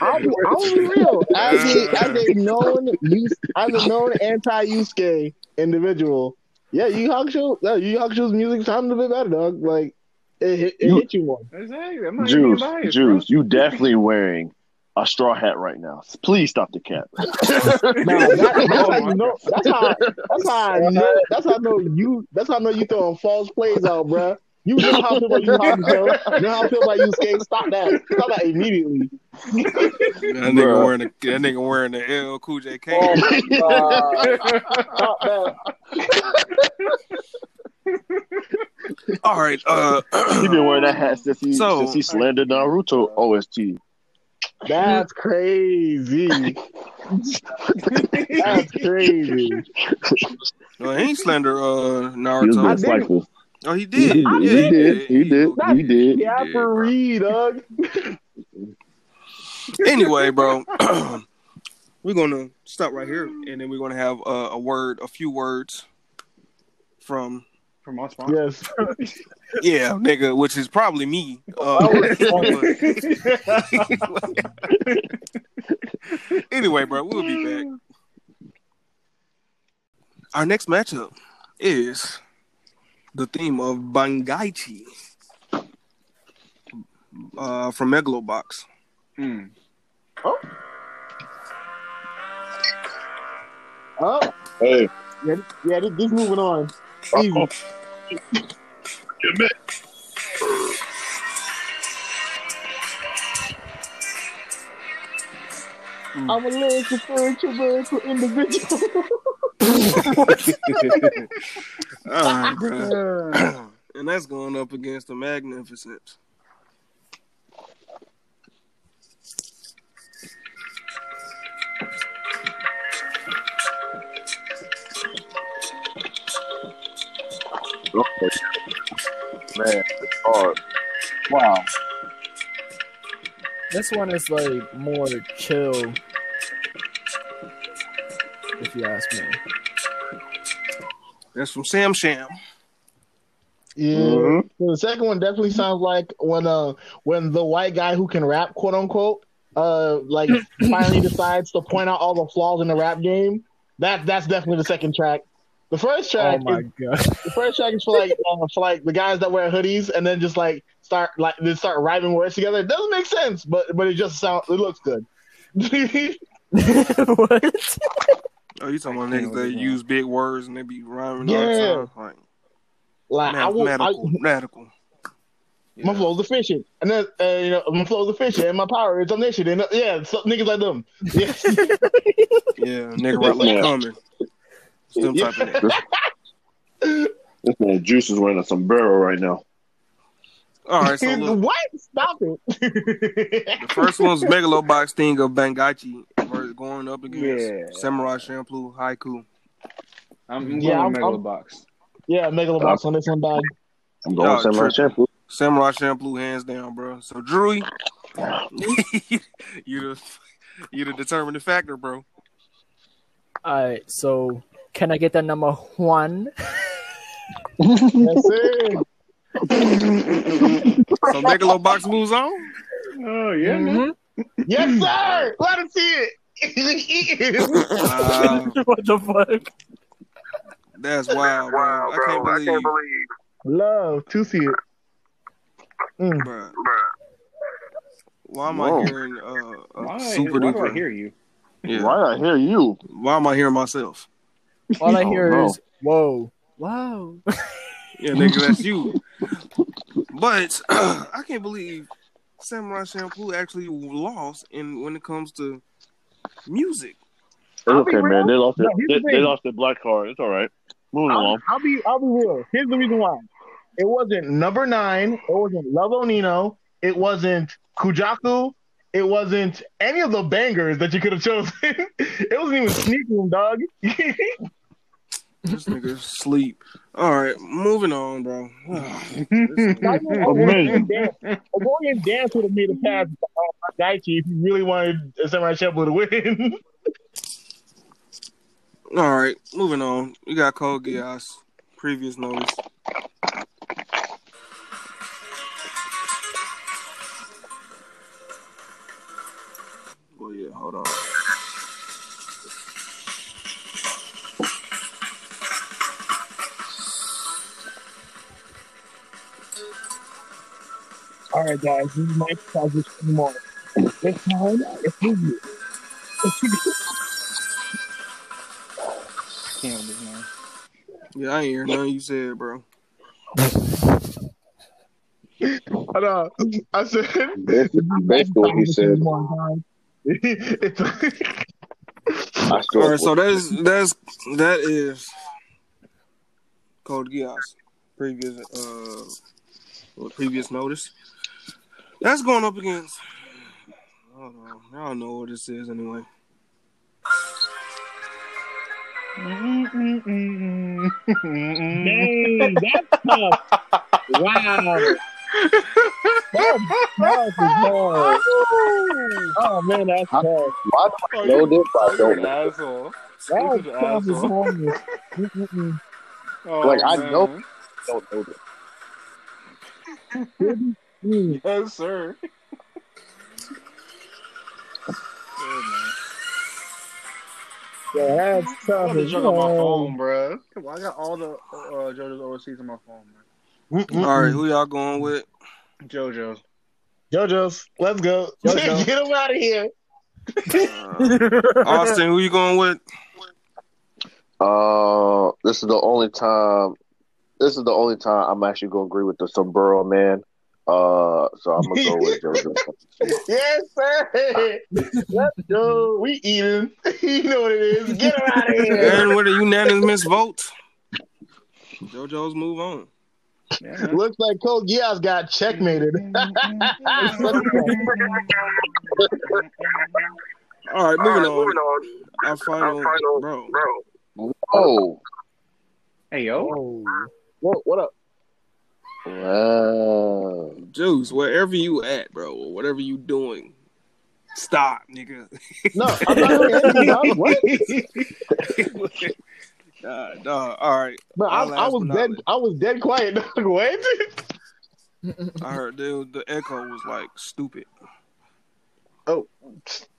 Speaker 6: I'm, I'm real. As a, as a known Yus- as a known anti Yusuke individual, yeah, Yu Yu Hakusho, no, Yu Yu Hakusho's music sounded a bit better, dog. Like it, hit- it
Speaker 7: You-
Speaker 6: hit you more.
Speaker 4: Exactly. I'm not even
Speaker 7: Juice,
Speaker 4: biased,
Speaker 7: Juice, you definitely wearing a straw hat right now. Please stop the cat.
Speaker 6: Nah, that, that's,
Speaker 4: Oh
Speaker 6: how
Speaker 4: my
Speaker 6: you know, that's how that's how I know that's how I know you that's how I know you throwing false plays out, bruh. You know how I feel about you, Hobby Joe. You know how I feel about you, Skate. Stop that. Stop that immediately.
Speaker 3: That nigga
Speaker 7: Bruh.
Speaker 3: wearing a, that nigga wearing the L Cool J cane.
Speaker 6: Oh my god. Stop that.
Speaker 3: All right, uh,
Speaker 7: He been wearing that hat since he
Speaker 3: So-
Speaker 7: since he slandered Naruto OST.
Speaker 6: That's crazy. That's crazy.
Speaker 3: no, he ain't slander uh
Speaker 7: He was being
Speaker 3: Naruto.
Speaker 6: did.
Speaker 7: spiteful.
Speaker 3: Oh, he did.
Speaker 7: He
Speaker 3: Yeah,
Speaker 7: did. He did. He did. He did.
Speaker 6: Yeah, for read, dog.
Speaker 3: anyway, bro, we're gonna stop right here, and then we're gonna have uh, a word, a few words from
Speaker 4: From our sponsor.
Speaker 6: Yes.
Speaker 3: yeah, nigga, which is probably me. Uh, anyway, bro, we'll be back. Our next matchup is the theme of Bangaichi uh, from Megalobox.
Speaker 4: Mm.
Speaker 6: Oh,
Speaker 7: Hey,
Speaker 6: yeah, yeah this, this moving on. Easy.
Speaker 5: I'm a lyrical, lyrical, lyrical individual.
Speaker 3: All right, bro. and that's going up against the Magnificent.
Speaker 7: Oh, man, it's hard. Wow.
Speaker 5: this one is like more chill, if you ask me.
Speaker 3: That's from Sam Sham.
Speaker 6: Yeah.
Speaker 5: Mm-hmm.
Speaker 7: Mhm.
Speaker 6: The second one definitely sounds like when uh when the white guy who can rap, quote unquote, uh like
Speaker 5: Mm-hmm.
Speaker 6: finally decides to point out all the flaws in the rap game. That that's definitely the second track. The first
Speaker 5: Oh
Speaker 6: track
Speaker 5: my
Speaker 6: is,
Speaker 5: god.
Speaker 6: the first track is for like uh, for like the guys that wear hoodies and then just like start like they start rhyming words together. It doesn't make sense, but but it just sounds it looks good.
Speaker 5: what?
Speaker 3: Oh, you talking about
Speaker 4: I can't
Speaker 3: niggas that
Speaker 4: even-
Speaker 3: use big words and they be rhyming
Speaker 6: Yeah.
Speaker 3: all the time? Like,
Speaker 6: like I will I,
Speaker 3: mathematical, radical.
Speaker 6: my flow's efficient, and then uh, you know my flow's efficient, and my power is omniscient, and uh, yeah, so, niggas like them. Yes.
Speaker 3: Yeah, nigga right like
Speaker 7: Yeah.
Speaker 3: coming. It's them type of niggas.
Speaker 7: This man Juice is wearing a sombrero right now.
Speaker 3: All right, so look.
Speaker 6: what? Stop it.
Speaker 3: The first one's Megalobox Thing of Bangachi versus- going up against
Speaker 4: Yeah.
Speaker 3: Samurai Champloo Haiku.
Speaker 4: I'm
Speaker 6: Yeah,
Speaker 4: going
Speaker 6: I'm-
Speaker 4: Megalobox. box.
Speaker 6: yeah, Megalobox on this one, dog.
Speaker 7: I'm going
Speaker 3: Y'all
Speaker 7: with Samurai
Speaker 3: tripping.
Speaker 7: Champloo.
Speaker 3: Samurai Champloo, hands down, bro. So Drewy, you the you the determining factor, bro.
Speaker 5: Alright, so can I get that number one?
Speaker 6: That's it.
Speaker 3: So Megalobox moves on.
Speaker 4: Oh yeah, man.
Speaker 6: Yes, sir. Let him see it.
Speaker 3: Wow,
Speaker 5: what the fuck?
Speaker 3: that's wild, bro. I can't believe,
Speaker 6: Love to see it.
Speaker 3: bro. Why am
Speaker 7: Whoa.
Speaker 3: I hearing uh,
Speaker 4: Why,
Speaker 3: uh super
Speaker 4: why do I
Speaker 3: duper?
Speaker 4: hear you?
Speaker 3: Yeah. Why?
Speaker 7: Why I hear you?
Speaker 3: am I hearing myself?
Speaker 5: All I
Speaker 7: Oh,
Speaker 5: hear
Speaker 7: no.
Speaker 5: is whoa. Wow.
Speaker 3: Yeah, nigga, that's you. But I can't believe Samurai Champloo actually lost in when it comes to music.
Speaker 7: It's okay,
Speaker 6: real.
Speaker 7: man. They lost their,
Speaker 6: No, here's
Speaker 7: they,
Speaker 6: the
Speaker 7: they
Speaker 6: thing.
Speaker 7: lost their black card. It's all right. Moving
Speaker 6: I'll,
Speaker 7: along.
Speaker 6: I'll be I'll be real. Here's the reason why. It wasn't number nine. It wasn't Love Onino. It wasn't Kujaku. It wasn't any of the bangers that you could have chosen. it wasn't even sneaking, dog.
Speaker 3: This nigga sleep. All right, moving on, bro.
Speaker 7: Amazing.
Speaker 6: Oregonian Dance would have made it past uh, Daichi if you really wanted Samurai Champloo to win.
Speaker 3: All right, moving on. We got Cole Gias. Previous notice. Oh yeah, hold on.
Speaker 6: All right, guys, this is my transition anymore. This time, it's you.
Speaker 4: Can't be, man.
Speaker 3: Yeah, I ain't hear nothing you said, bro.
Speaker 6: Hold on. uh, I said,
Speaker 7: Basically, basically what he said.
Speaker 6: it's,
Speaker 7: I
Speaker 3: All
Speaker 7: still
Speaker 3: right, so that's that's that is Code Geass. Previous uh, well, previous notice. That's going up against. I don't know. I don't know what this is anyway.
Speaker 6: oh, dang, that's tough. Wow. That- that is hard. Oh, man, that's tough.
Speaker 7: why do I know this? but I don't know.
Speaker 4: asshole.
Speaker 6: That
Speaker 4: You're an
Speaker 6: tough is
Speaker 4: asshole.
Speaker 6: hard. Mm-mm-mm.
Speaker 4: Oh,
Speaker 7: Like, I
Speaker 4: man.
Speaker 7: know- I don't know this.
Speaker 6: Mm.
Speaker 4: Yes, sir. Oh,
Speaker 6: Yeah, that's
Speaker 4: man. I
Speaker 6: tough.
Speaker 4: got the
Speaker 6: as
Speaker 4: jug on my
Speaker 6: hell.
Speaker 4: phone, bro. I got all the uh, JoJo's overseas on my phone, man.
Speaker 3: All right, who y'all going with?
Speaker 4: JoJo.
Speaker 6: JoJo's, let's go.
Speaker 5: JoJo.
Speaker 6: Get him out of here.
Speaker 3: Uh, Austin, who you going with?
Speaker 7: Uh, this is the only time. This is the only time I'm actually gonna agree with the sombrero man. Uh, so I'm gonna go with JoJo.
Speaker 4: Yes, sir. Let's go. We eating. you know what it is. Get her out of here.
Speaker 3: And with a unanimous vote, JoJo's move on.
Speaker 6: Looks like Cole Giaz got checkmated.
Speaker 3: All right, moving on. Our final, bro.
Speaker 7: Oh,
Speaker 4: Hey yo.
Speaker 6: what, what up?
Speaker 7: wow.
Speaker 3: Juice, wherever you at, bro, or whatever you doing, stop, nigga.
Speaker 6: No, I'm not doing anything. I was- what?
Speaker 3: Nah, nah, all right,
Speaker 6: Bro, I,
Speaker 3: Our last
Speaker 6: I was
Speaker 3: but not
Speaker 6: dead.
Speaker 3: least.
Speaker 6: I was dead quiet. dog. what?
Speaker 3: I heard dude, the echo was like stupid.
Speaker 6: Oh.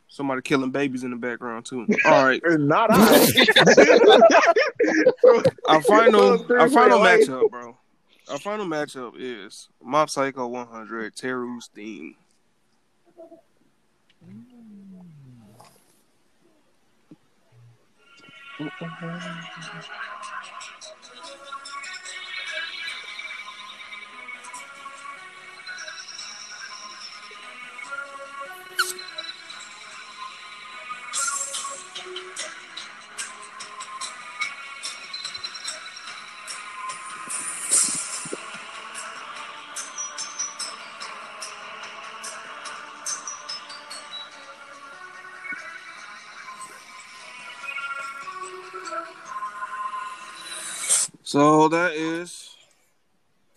Speaker 3: somebody killing babies in the background too. All right,
Speaker 6: Not I.
Speaker 3: our final,
Speaker 6: Three
Speaker 3: our final
Speaker 6: way.
Speaker 3: matchup, bro. Our final matchup is Mob Psycho 100, Teru's theme. So that is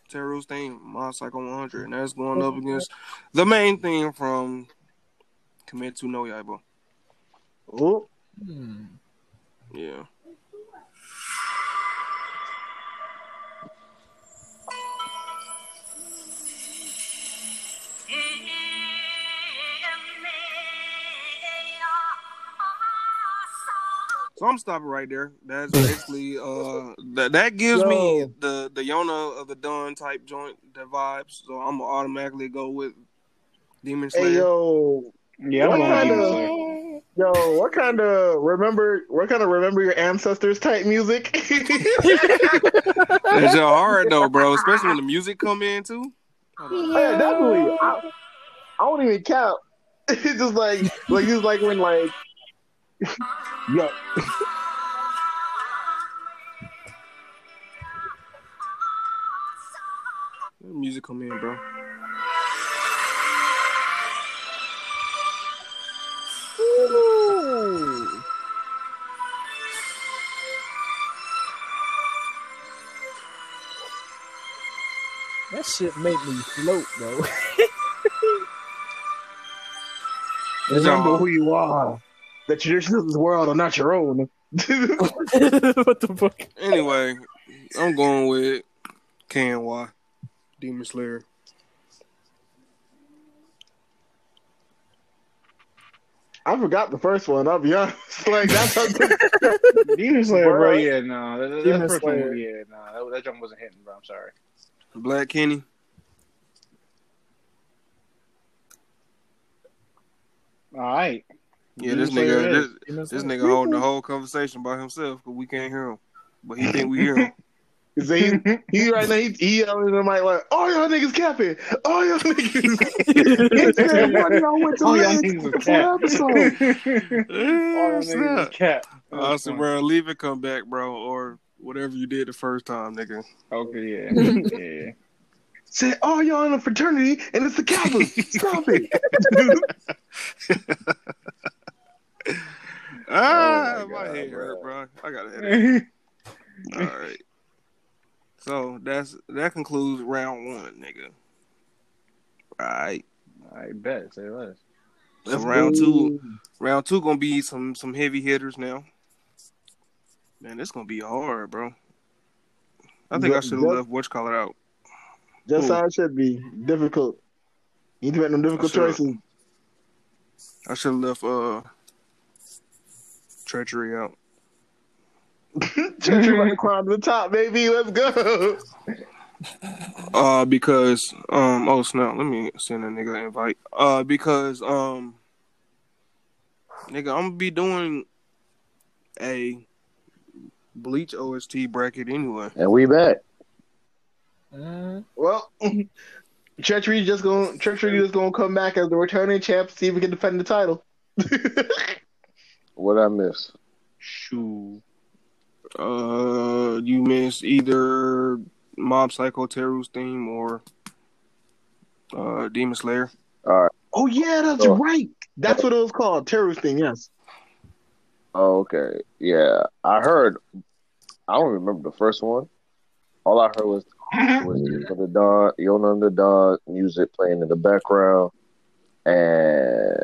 Speaker 3: Teru's theme, Mob Psycho 100, and that's going up against the main theme from Kimetsu no Yaiba.
Speaker 6: Oh,
Speaker 5: Hmm.
Speaker 3: Yeah. So I'm stopping right there. That's basically uh that that gives me
Speaker 5: Yo.
Speaker 3: the the Yona of the Dawn type joint the vibes. So I'm gonna automatically go with Demon Slayer.
Speaker 6: hey yo,
Speaker 4: Yeah, I'm
Speaker 6: What
Speaker 4: going
Speaker 6: kind
Speaker 4: to
Speaker 6: of- yo, what kind of remember? What kind of remember your ancestors type music?
Speaker 3: It's your hard though, bro. Especially when the music come in too.
Speaker 6: Yeah, definitely. I, I don't even count. It's just like like it's like when like yeah.
Speaker 3: When the music come in, bro.
Speaker 5: That shit make me float, bro.
Speaker 6: Remember who you are. The traditions of this world are not your own.
Speaker 5: what the fuck?
Speaker 3: Anyway, I'm going with Can Why Demon Slayer.
Speaker 6: I forgot the first one. I'll be honest. Like that's how good.
Speaker 4: Demon Slayer, bro.
Speaker 6: Bro.
Speaker 4: Yeah, no. That, that,
Speaker 5: Demon
Speaker 4: that first one,
Speaker 5: Slayer.
Speaker 4: yeah, no. That, that jump wasn't hitting, bro. I'm sorry.
Speaker 3: Black Kenny.
Speaker 4: All right.
Speaker 3: Yeah,
Speaker 4: Demon
Speaker 3: this
Speaker 4: Slayer
Speaker 3: nigga,
Speaker 4: is.
Speaker 3: this, this nigga holding the whole conversation by himself because we can't hear him, but he think we hear him.
Speaker 6: So he, he right now he, he yelling in the mic like, "Oh y'all niggas capping! Oh y'all niggas!" It's everybody I went to
Speaker 4: Oh, y'all
Speaker 6: listen
Speaker 4: niggas
Speaker 6: to
Speaker 4: are
Speaker 6: the
Speaker 4: cat.
Speaker 6: full episode.
Speaker 4: All
Speaker 3: Yeah,
Speaker 4: them niggas is
Speaker 3: snap.
Speaker 4: cat.
Speaker 3: Uh, so, bro, leave it, come back, bro, or whatever you did the first time, nigga.
Speaker 4: Okay, yeah. yeah.
Speaker 6: Said, "Oh y'all in a fraternity and it's the Kappas. Stop it!"
Speaker 3: Ah,
Speaker 4: Oh
Speaker 3: my,
Speaker 4: my God,
Speaker 3: head
Speaker 4: bro.
Speaker 3: hurt, bro. I got a headache.
Speaker 4: All
Speaker 3: All right. So that's that concludes round one, nigga. All right.
Speaker 4: right, bet. Say less.
Speaker 3: So round two, round two gonna be some some heavy hitters now. Man, this gonna be hard, bro. I think I
Speaker 6: Ju-
Speaker 3: should have
Speaker 6: ju-
Speaker 3: left Watch Collar out.
Speaker 6: Just how it should be. Difficult. You need to make them difficult
Speaker 3: That's right.
Speaker 6: choices.
Speaker 3: I should have left uh Treachery out.
Speaker 6: Church, you want to climb to the top, baby. Let's go.
Speaker 3: Uh, because um oh snap, let me send a nigga an invite. Uh, because um nigga, I'm gonna be doing a Bleach OST bracket anyway.
Speaker 7: And we back.
Speaker 5: Mm.
Speaker 6: Well, Treachery just going Treachery just going to come back as the returning champ. See if he can defend the title.
Speaker 7: What I miss?
Speaker 4: Shoo.
Speaker 3: Uh, you missed either Mob Psycho Teru's theme or uh, Demon Slayer.
Speaker 6: oh yeah, that's
Speaker 7: Oh.
Speaker 6: right. That's what it was called. Terrorist thing. Yes.
Speaker 7: Oh, okay. Yeah, I heard. I don't remember the first one. All I heard was was Yon the Don, Yon Under Don music playing in the background, and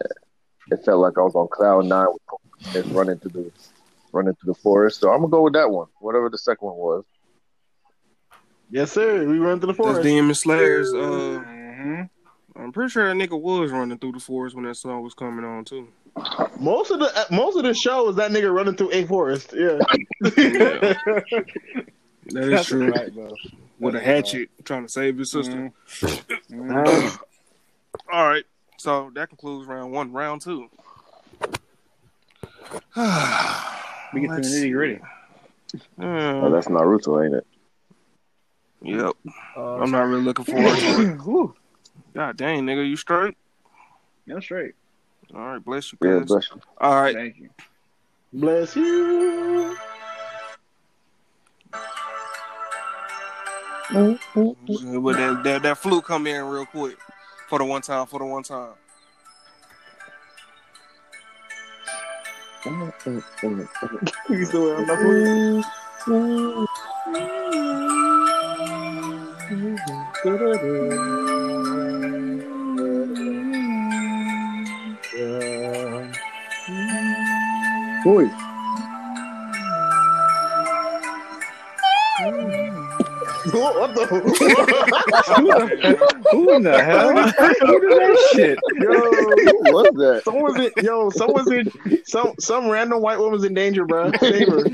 Speaker 7: it felt like I was on cloud nine. with- It's running through the running through the forest. So I'm gonna go with that one. Whatever the second one was.
Speaker 6: Yes, sir. We run through the
Speaker 3: That's
Speaker 6: forest.
Speaker 3: Demon Slayer's. Uh,
Speaker 4: hmm
Speaker 3: I'm pretty sure that nigga was running through the forest when that song was coming on too.
Speaker 6: most of the uh, most of the show is that nigga running through a forest. Yeah.
Speaker 3: That is
Speaker 4: That's
Speaker 3: true. Mm-hmm.
Speaker 4: right, bro.
Speaker 3: With a hatchet, trying to save his sister.
Speaker 4: Mhm.
Speaker 3: All right. So that concludes round one. Round two.
Speaker 4: We get to the
Speaker 3: Let's-
Speaker 4: nitty gritty.
Speaker 7: Oh,
Speaker 3: Mm,
Speaker 7: that's Naruto, ain't it?
Speaker 3: yep.
Speaker 5: Uh,
Speaker 3: I'm not really looking forward to it.
Speaker 4: Woo.
Speaker 3: God dang, nigga, you straight?
Speaker 4: That's straight.
Speaker 3: All right, bless you,
Speaker 7: Yeah,
Speaker 3: cuz.
Speaker 7: bless you.
Speaker 3: All right.
Speaker 4: Thank you.
Speaker 6: Bless you.
Speaker 3: But that, that, that flu come in real quick. For the one time, for the one time.
Speaker 6: You still wearing my flu?
Speaker 7: Boy,
Speaker 6: What the?
Speaker 4: Who in the hell? Who did that shit?
Speaker 6: Yo.
Speaker 7: who was that?
Speaker 6: Someone's in, yo, someone's in, some some random white woman's in danger, bro. Save her.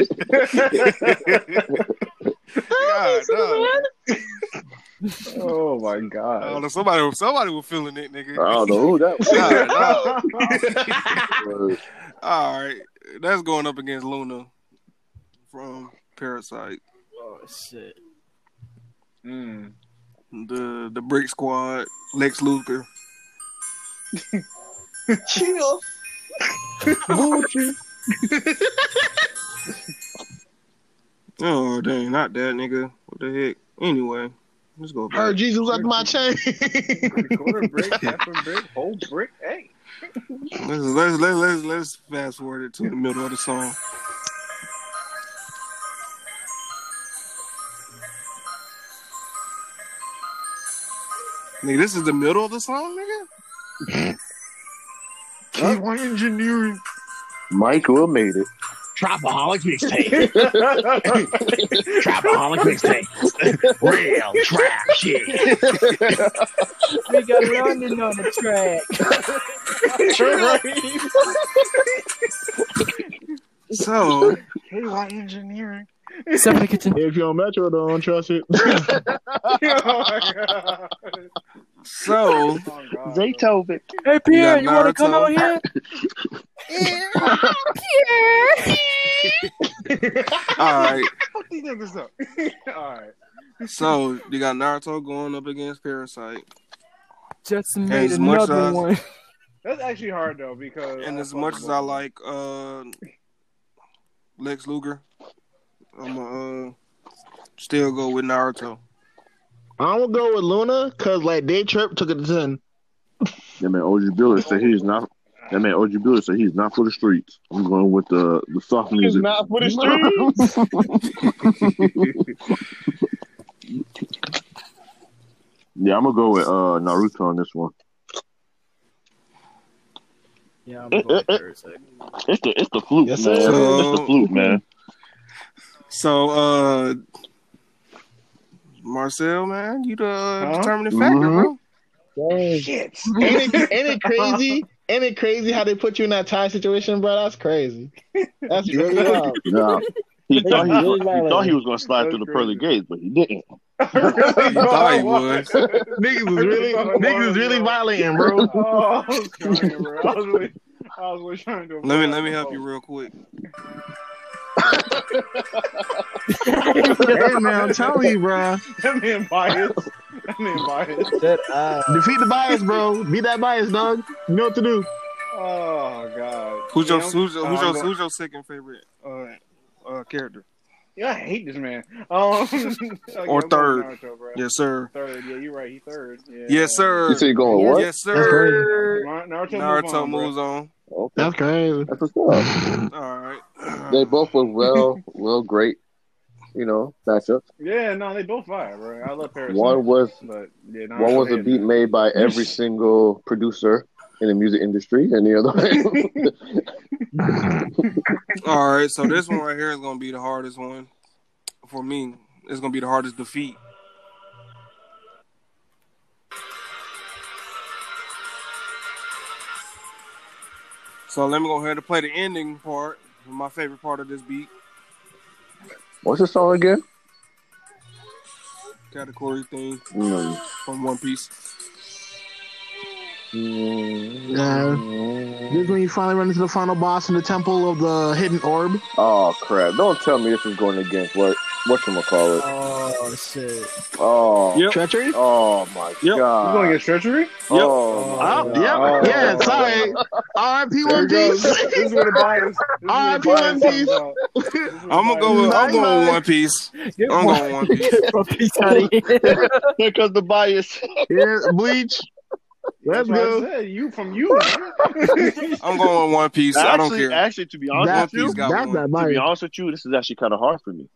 Speaker 3: God, dog.
Speaker 4: Oh my
Speaker 3: I don't
Speaker 4: god.
Speaker 3: know, somebody, somebody was feeling it, nigga.
Speaker 7: I don't know who
Speaker 3: God,
Speaker 7: that
Speaker 3: dog.
Speaker 7: was.
Speaker 3: All right. That's going up against Luna from Parasite.
Speaker 5: oh shit.
Speaker 4: Mm.
Speaker 3: The the Brick Squad, Lex Luthor.
Speaker 6: Chill.
Speaker 3: Oh dang, not that nigga. What the heck? Anyway, let's go back.
Speaker 6: Heard Jesus up my chain.
Speaker 4: Quarter brick, half a brick, whole brick. Hey.
Speaker 3: Let's let's let's let's, let's fast forward it to the middle of the song. Nigga, this is the middle of the song, nigga.
Speaker 4: Keep engineering.
Speaker 7: Michael made it.
Speaker 8: Trapaholic mixtape. Trapaholic mixtape. Real trap shit.
Speaker 5: We got London on the track.
Speaker 3: So
Speaker 4: KY engineering.
Speaker 5: Step in the kitchen.
Speaker 6: if you're on Metro, don't trust it.
Speaker 4: oh my god.
Speaker 3: so
Speaker 4: Oh, God.
Speaker 7: Zaytoven.
Speaker 5: Hey Pierre, you wanna come
Speaker 3: Naruto.
Speaker 5: out here?
Speaker 3: all right.
Speaker 4: Fuck these niggas up. All right.
Speaker 3: So you got Naruto going up against Parasite.
Speaker 5: Justin
Speaker 3: Hey,
Speaker 5: made
Speaker 3: as much
Speaker 5: another
Speaker 3: as-
Speaker 5: one.
Speaker 4: That's actually hard though because
Speaker 3: And
Speaker 4: I
Speaker 3: as much
Speaker 4: fucking
Speaker 3: as I
Speaker 4: love-
Speaker 3: like uh, Lex Luger, I'm uh, still go with Naruto.
Speaker 6: I'm gonna go with Luna because like day trip took it to ten.
Speaker 7: That man OG Builder said he's not. That man OG Builder said he's not for the streets. I'm going with the the soft music.
Speaker 6: for the streets.
Speaker 7: Yeah, I'm gonna go with uh, Naruto on this one.
Speaker 5: Yeah, I'm going Parasite.
Speaker 7: It's the it's the fluke,
Speaker 6: Yes,
Speaker 7: man.
Speaker 6: sir.
Speaker 7: It's the fluke, man.
Speaker 3: So uh, Marcel, man, you the uh,
Speaker 4: Huh?
Speaker 3: determining factor, bro.
Speaker 4: shit.
Speaker 6: ain't, it, ain't it crazy? Ain't it crazy how they put you in that tie situation, bro? That's crazy. That's really wild.
Speaker 7: Nah. He thought he, was,
Speaker 6: Yeah.
Speaker 7: he thought he was gonna slide
Speaker 4: That's
Speaker 7: through the pearly
Speaker 4: crazy.
Speaker 7: gates, but he didn't.
Speaker 3: You thought he was.
Speaker 6: Niggas is really, niggas is really violating, bro.
Speaker 4: Oh, I was crying, bro. I was really, I was really trying to.
Speaker 3: Let me let me help you real quick.
Speaker 6: hey man, I'm telling you, bro.
Speaker 4: That man biased. I mean, bias.
Speaker 5: That ass.
Speaker 6: Defeat the bias, bro. Beat that bias, dog. You know what to do.
Speaker 4: Oh god.
Speaker 3: Who's your
Speaker 4: Yeah,
Speaker 3: who's your, who's
Speaker 4: I'm
Speaker 3: your,
Speaker 4: going-
Speaker 3: who's your second favorite uh, uh, character?
Speaker 4: Yeah, I hate this man. Um, okay,
Speaker 3: Or
Speaker 4: I'm going
Speaker 3: third.
Speaker 4: Naruto, bro.
Speaker 3: Yes, sir.
Speaker 4: Third. Yeah, you're right. He third. Yeah.
Speaker 3: Yes, sir.
Speaker 7: You say you going
Speaker 5: Yeah.
Speaker 7: what?
Speaker 3: Yes, sir.
Speaker 4: Na- Naruto, moves
Speaker 3: Naruto
Speaker 4: on, bro.
Speaker 3: moves on.
Speaker 7: Okay.
Speaker 6: That's crazy.
Speaker 7: That's what's up.
Speaker 3: All right.
Speaker 7: They both were well, well, great. You know, matchups.
Speaker 4: Yeah, no, they both fire, bro. I love Paris.
Speaker 7: One was
Speaker 4: but yeah, Naruto
Speaker 7: one was a
Speaker 4: is-
Speaker 7: beat made by every single producer in the music industry, and the other.
Speaker 3: All right. So this one right here is gonna be the hardest one for me. It's gonna be the hardest defeat. So let me go ahead and play the ending part. My favorite part of this beat,
Speaker 7: What's the song again?
Speaker 3: category thing
Speaker 7: Mm.
Speaker 3: from One Piece.
Speaker 6: This is when you finally run into the final boss in the temple of the hidden orb.
Speaker 7: Oh crap! Don't tell me this is going against what what you call it.
Speaker 5: Oh shit.
Speaker 7: Oh,
Speaker 3: Yep.
Speaker 6: Treachery?
Speaker 7: oh my
Speaker 3: Yep.
Speaker 4: You
Speaker 7: god!
Speaker 4: going to get treachery?
Speaker 8: Uh,
Speaker 7: oh, my
Speaker 6: Oh, yep.
Speaker 4: Oh.
Speaker 6: yeah, sorry. RIP
Speaker 4: There
Speaker 6: One
Speaker 4: it goes.
Speaker 6: Piece.
Speaker 4: This is where the bias.
Speaker 6: Ah,
Speaker 4: This is where the bias
Speaker 6: P1Ps.
Speaker 4: comes out.
Speaker 3: I'm gonna go. With, I'm going with One Piece.
Speaker 5: Get
Speaker 3: I'm
Speaker 5: my,
Speaker 3: going with One Piece.
Speaker 5: get my piece out of here.
Speaker 8: Here comes the bias.
Speaker 6: Yeah, Bleach.
Speaker 4: That's
Speaker 6: Let's
Speaker 4: what I
Speaker 6: go.
Speaker 4: said. You from you. man.
Speaker 3: I'm going with One Piece. I don't
Speaker 8: Actually,
Speaker 3: care.
Speaker 8: actually, to be honest
Speaker 6: That,
Speaker 8: with you,
Speaker 3: Piece got
Speaker 6: that's
Speaker 3: one.
Speaker 6: not
Speaker 8: to be
Speaker 6: mine.
Speaker 8: honest with you, this is actually kind of hard for me.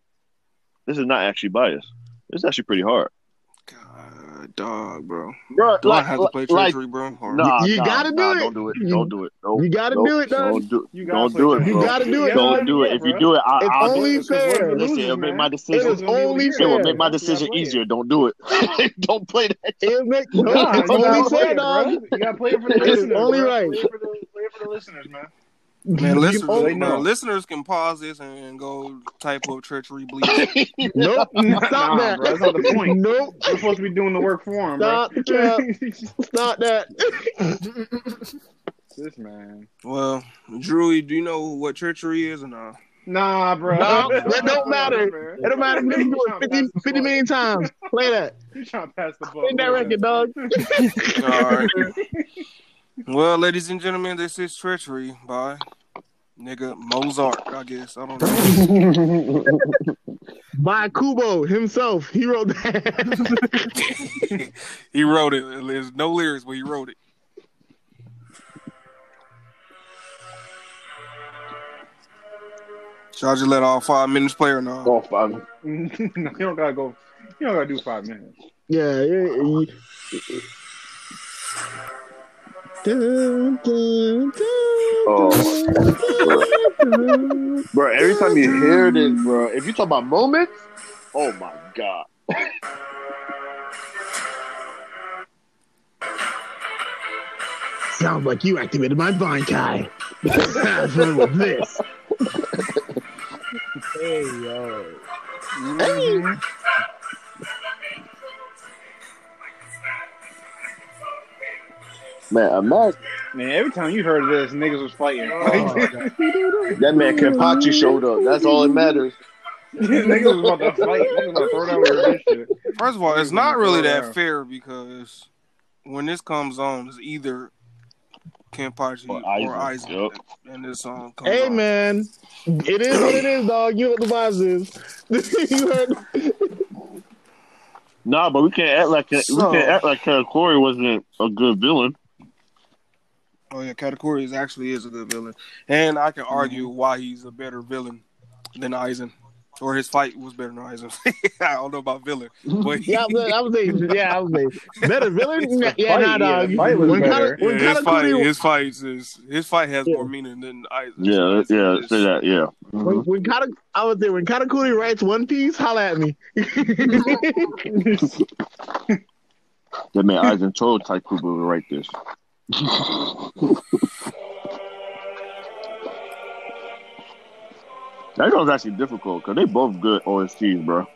Speaker 8: This is not actually biased. This is actually pretty hard.
Speaker 3: God, dog, bro.
Speaker 8: Bro,
Speaker 3: Do I have to play Treachery, bro? Or-
Speaker 8: nah,
Speaker 6: You
Speaker 8: nah,
Speaker 6: gotta
Speaker 8: nah,
Speaker 6: do it.
Speaker 8: Don't do it. Don't do it. Nope.
Speaker 6: You gotta
Speaker 8: Nope.
Speaker 6: do it, dog.
Speaker 8: Don't do,
Speaker 4: You gotta
Speaker 8: don't
Speaker 4: play
Speaker 8: do it,
Speaker 4: Treachery.
Speaker 8: bro.
Speaker 6: You gotta do it.
Speaker 4: Yeah,
Speaker 8: Don't do it. If you do it, I,
Speaker 6: It's
Speaker 8: I'll do
Speaker 6: only
Speaker 8: it.
Speaker 4: Because what if
Speaker 6: fair.
Speaker 4: you lose,
Speaker 8: Listen, it'll make
Speaker 4: man?
Speaker 8: my
Speaker 6: It
Speaker 8: decision.
Speaker 6: is only
Speaker 8: It will
Speaker 6: fair.
Speaker 8: make my decision easier. Don't do it. don't play that.
Speaker 6: It make, no,
Speaker 8: Nah,
Speaker 6: it's
Speaker 8: you
Speaker 6: only
Speaker 8: gotta
Speaker 6: fair,
Speaker 4: it, bro.
Speaker 6: dog.
Speaker 4: You gotta play it for the
Speaker 6: It is
Speaker 4: listeners.
Speaker 6: only
Speaker 4: bro.
Speaker 6: right.
Speaker 4: Play it for the, play it for the listeners, man.
Speaker 6: You
Speaker 3: Man, listeners,
Speaker 6: only-
Speaker 4: they know.
Speaker 3: man, listeners can pause this and go type of treachery bleach.
Speaker 6: Nope. Stop
Speaker 4: Nah,
Speaker 6: that.
Speaker 4: bro, that's not the point.
Speaker 6: Nope.
Speaker 4: You're supposed to be doing the work for him,
Speaker 6: Stop
Speaker 4: bro.
Speaker 6: the Stop that.
Speaker 4: this man.
Speaker 3: well, Drewy, do you know what treachery is or not?
Speaker 4: Nah, bro.
Speaker 6: No, that don't matter. It don't matter. if you do it 50, 50 million times. Play that.
Speaker 4: You trying to pass the ball?
Speaker 6: Play that record, dog.
Speaker 3: All right. well, ladies and gentlemen, this is treachery by nigga Mozart. I guess I don't know.
Speaker 6: By Kubo himself. He wrote that.
Speaker 3: He wrote it. There's no lyrics, but he wrote it. Should I just let all five minutes play or not?
Speaker 7: Oh, I'm
Speaker 4: no, you don't gotta go. You don't gotta do five minutes.
Speaker 6: yeah. yeah, yeah. Dun, dun, dun,
Speaker 7: Oh.
Speaker 6: dun, dun.
Speaker 7: Bro, every time you hear this, bro, if you talk about moments, oh my god.
Speaker 6: Sounds like you activated my Bonkai. Have fun with this.
Speaker 5: hey yo.
Speaker 7: Man, imagine
Speaker 4: Man, every time you heard this, niggas was fighting.
Speaker 6: Oh,
Speaker 4: Like,
Speaker 7: that man Kenpachi showed up. That's all that matters.
Speaker 4: niggas was about to fight. Niggas about to throw down with this shit.
Speaker 3: First of all, it's
Speaker 4: Niggas
Speaker 3: not
Speaker 4: gonna
Speaker 3: really
Speaker 4: throw it
Speaker 3: that
Speaker 4: out.
Speaker 3: fair because when this comes on, it's either Kenpachi
Speaker 7: Or
Speaker 3: or
Speaker 7: Isaac,
Speaker 3: Isaac,
Speaker 7: yup.
Speaker 3: and this song comes
Speaker 6: Hey
Speaker 3: on.
Speaker 6: man, it is what it is, dog. You know what the vibes is. you heard
Speaker 8: Nah, but we can't act like
Speaker 3: So-
Speaker 8: we can't act like Kara Corey wasn't a good villain.
Speaker 3: Oh yeah, Katakuri is actually is a good villain, and I can argue
Speaker 6: Mm-hmm.
Speaker 3: why he's a better villain than Aizen, or his fight was better than Aizen. I don't know about villain, but
Speaker 6: Yeah, I was, I was saying, yeah, I was saying, better villain. Nah, yeah,
Speaker 4: fight,
Speaker 6: nah,
Speaker 4: yeah,
Speaker 6: dog.
Speaker 4: the fight was
Speaker 6: when
Speaker 4: better.
Speaker 6: Kana, when
Speaker 3: Yeah, his fight,
Speaker 6: Katakuri,
Speaker 3: his fights is his fight has
Speaker 6: Yeah.
Speaker 3: more meaning than Aizen.
Speaker 8: Yeah,
Speaker 3: It's-
Speaker 8: yeah,
Speaker 3: it's-
Speaker 8: say that, yeah.
Speaker 6: when, when Kana, I was there. When Katakuri writes One Piece, holla at me.
Speaker 8: That man Eisen told Taikuba to write this. that one's actually difficult because they both good OSTs, bro.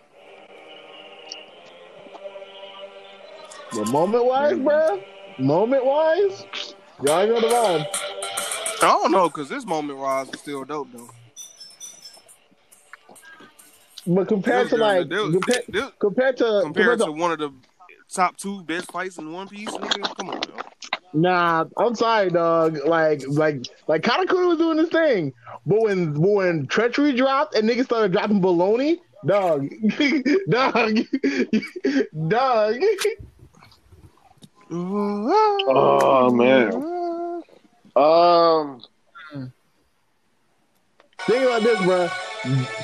Speaker 6: but moment wise, bro, moment wise, y'all know the vibe.
Speaker 3: I don't know because this moment rise was still dope though.
Speaker 6: But compared to like
Speaker 3: This-
Speaker 6: compared,
Speaker 3: this-
Speaker 6: compared to
Speaker 3: compared
Speaker 6: compared
Speaker 3: to
Speaker 6: to
Speaker 3: one of the top two best fights in One Piece? Nigga, come on, yo.
Speaker 6: Nah, I'm sorry, dog. Like, like, like, Katakuri was doing this thing, but when, but when treachery dropped and niggas started dropping baloney, dog, dog, dog.
Speaker 8: Oh man.
Speaker 7: Um,
Speaker 6: Think about this, bro.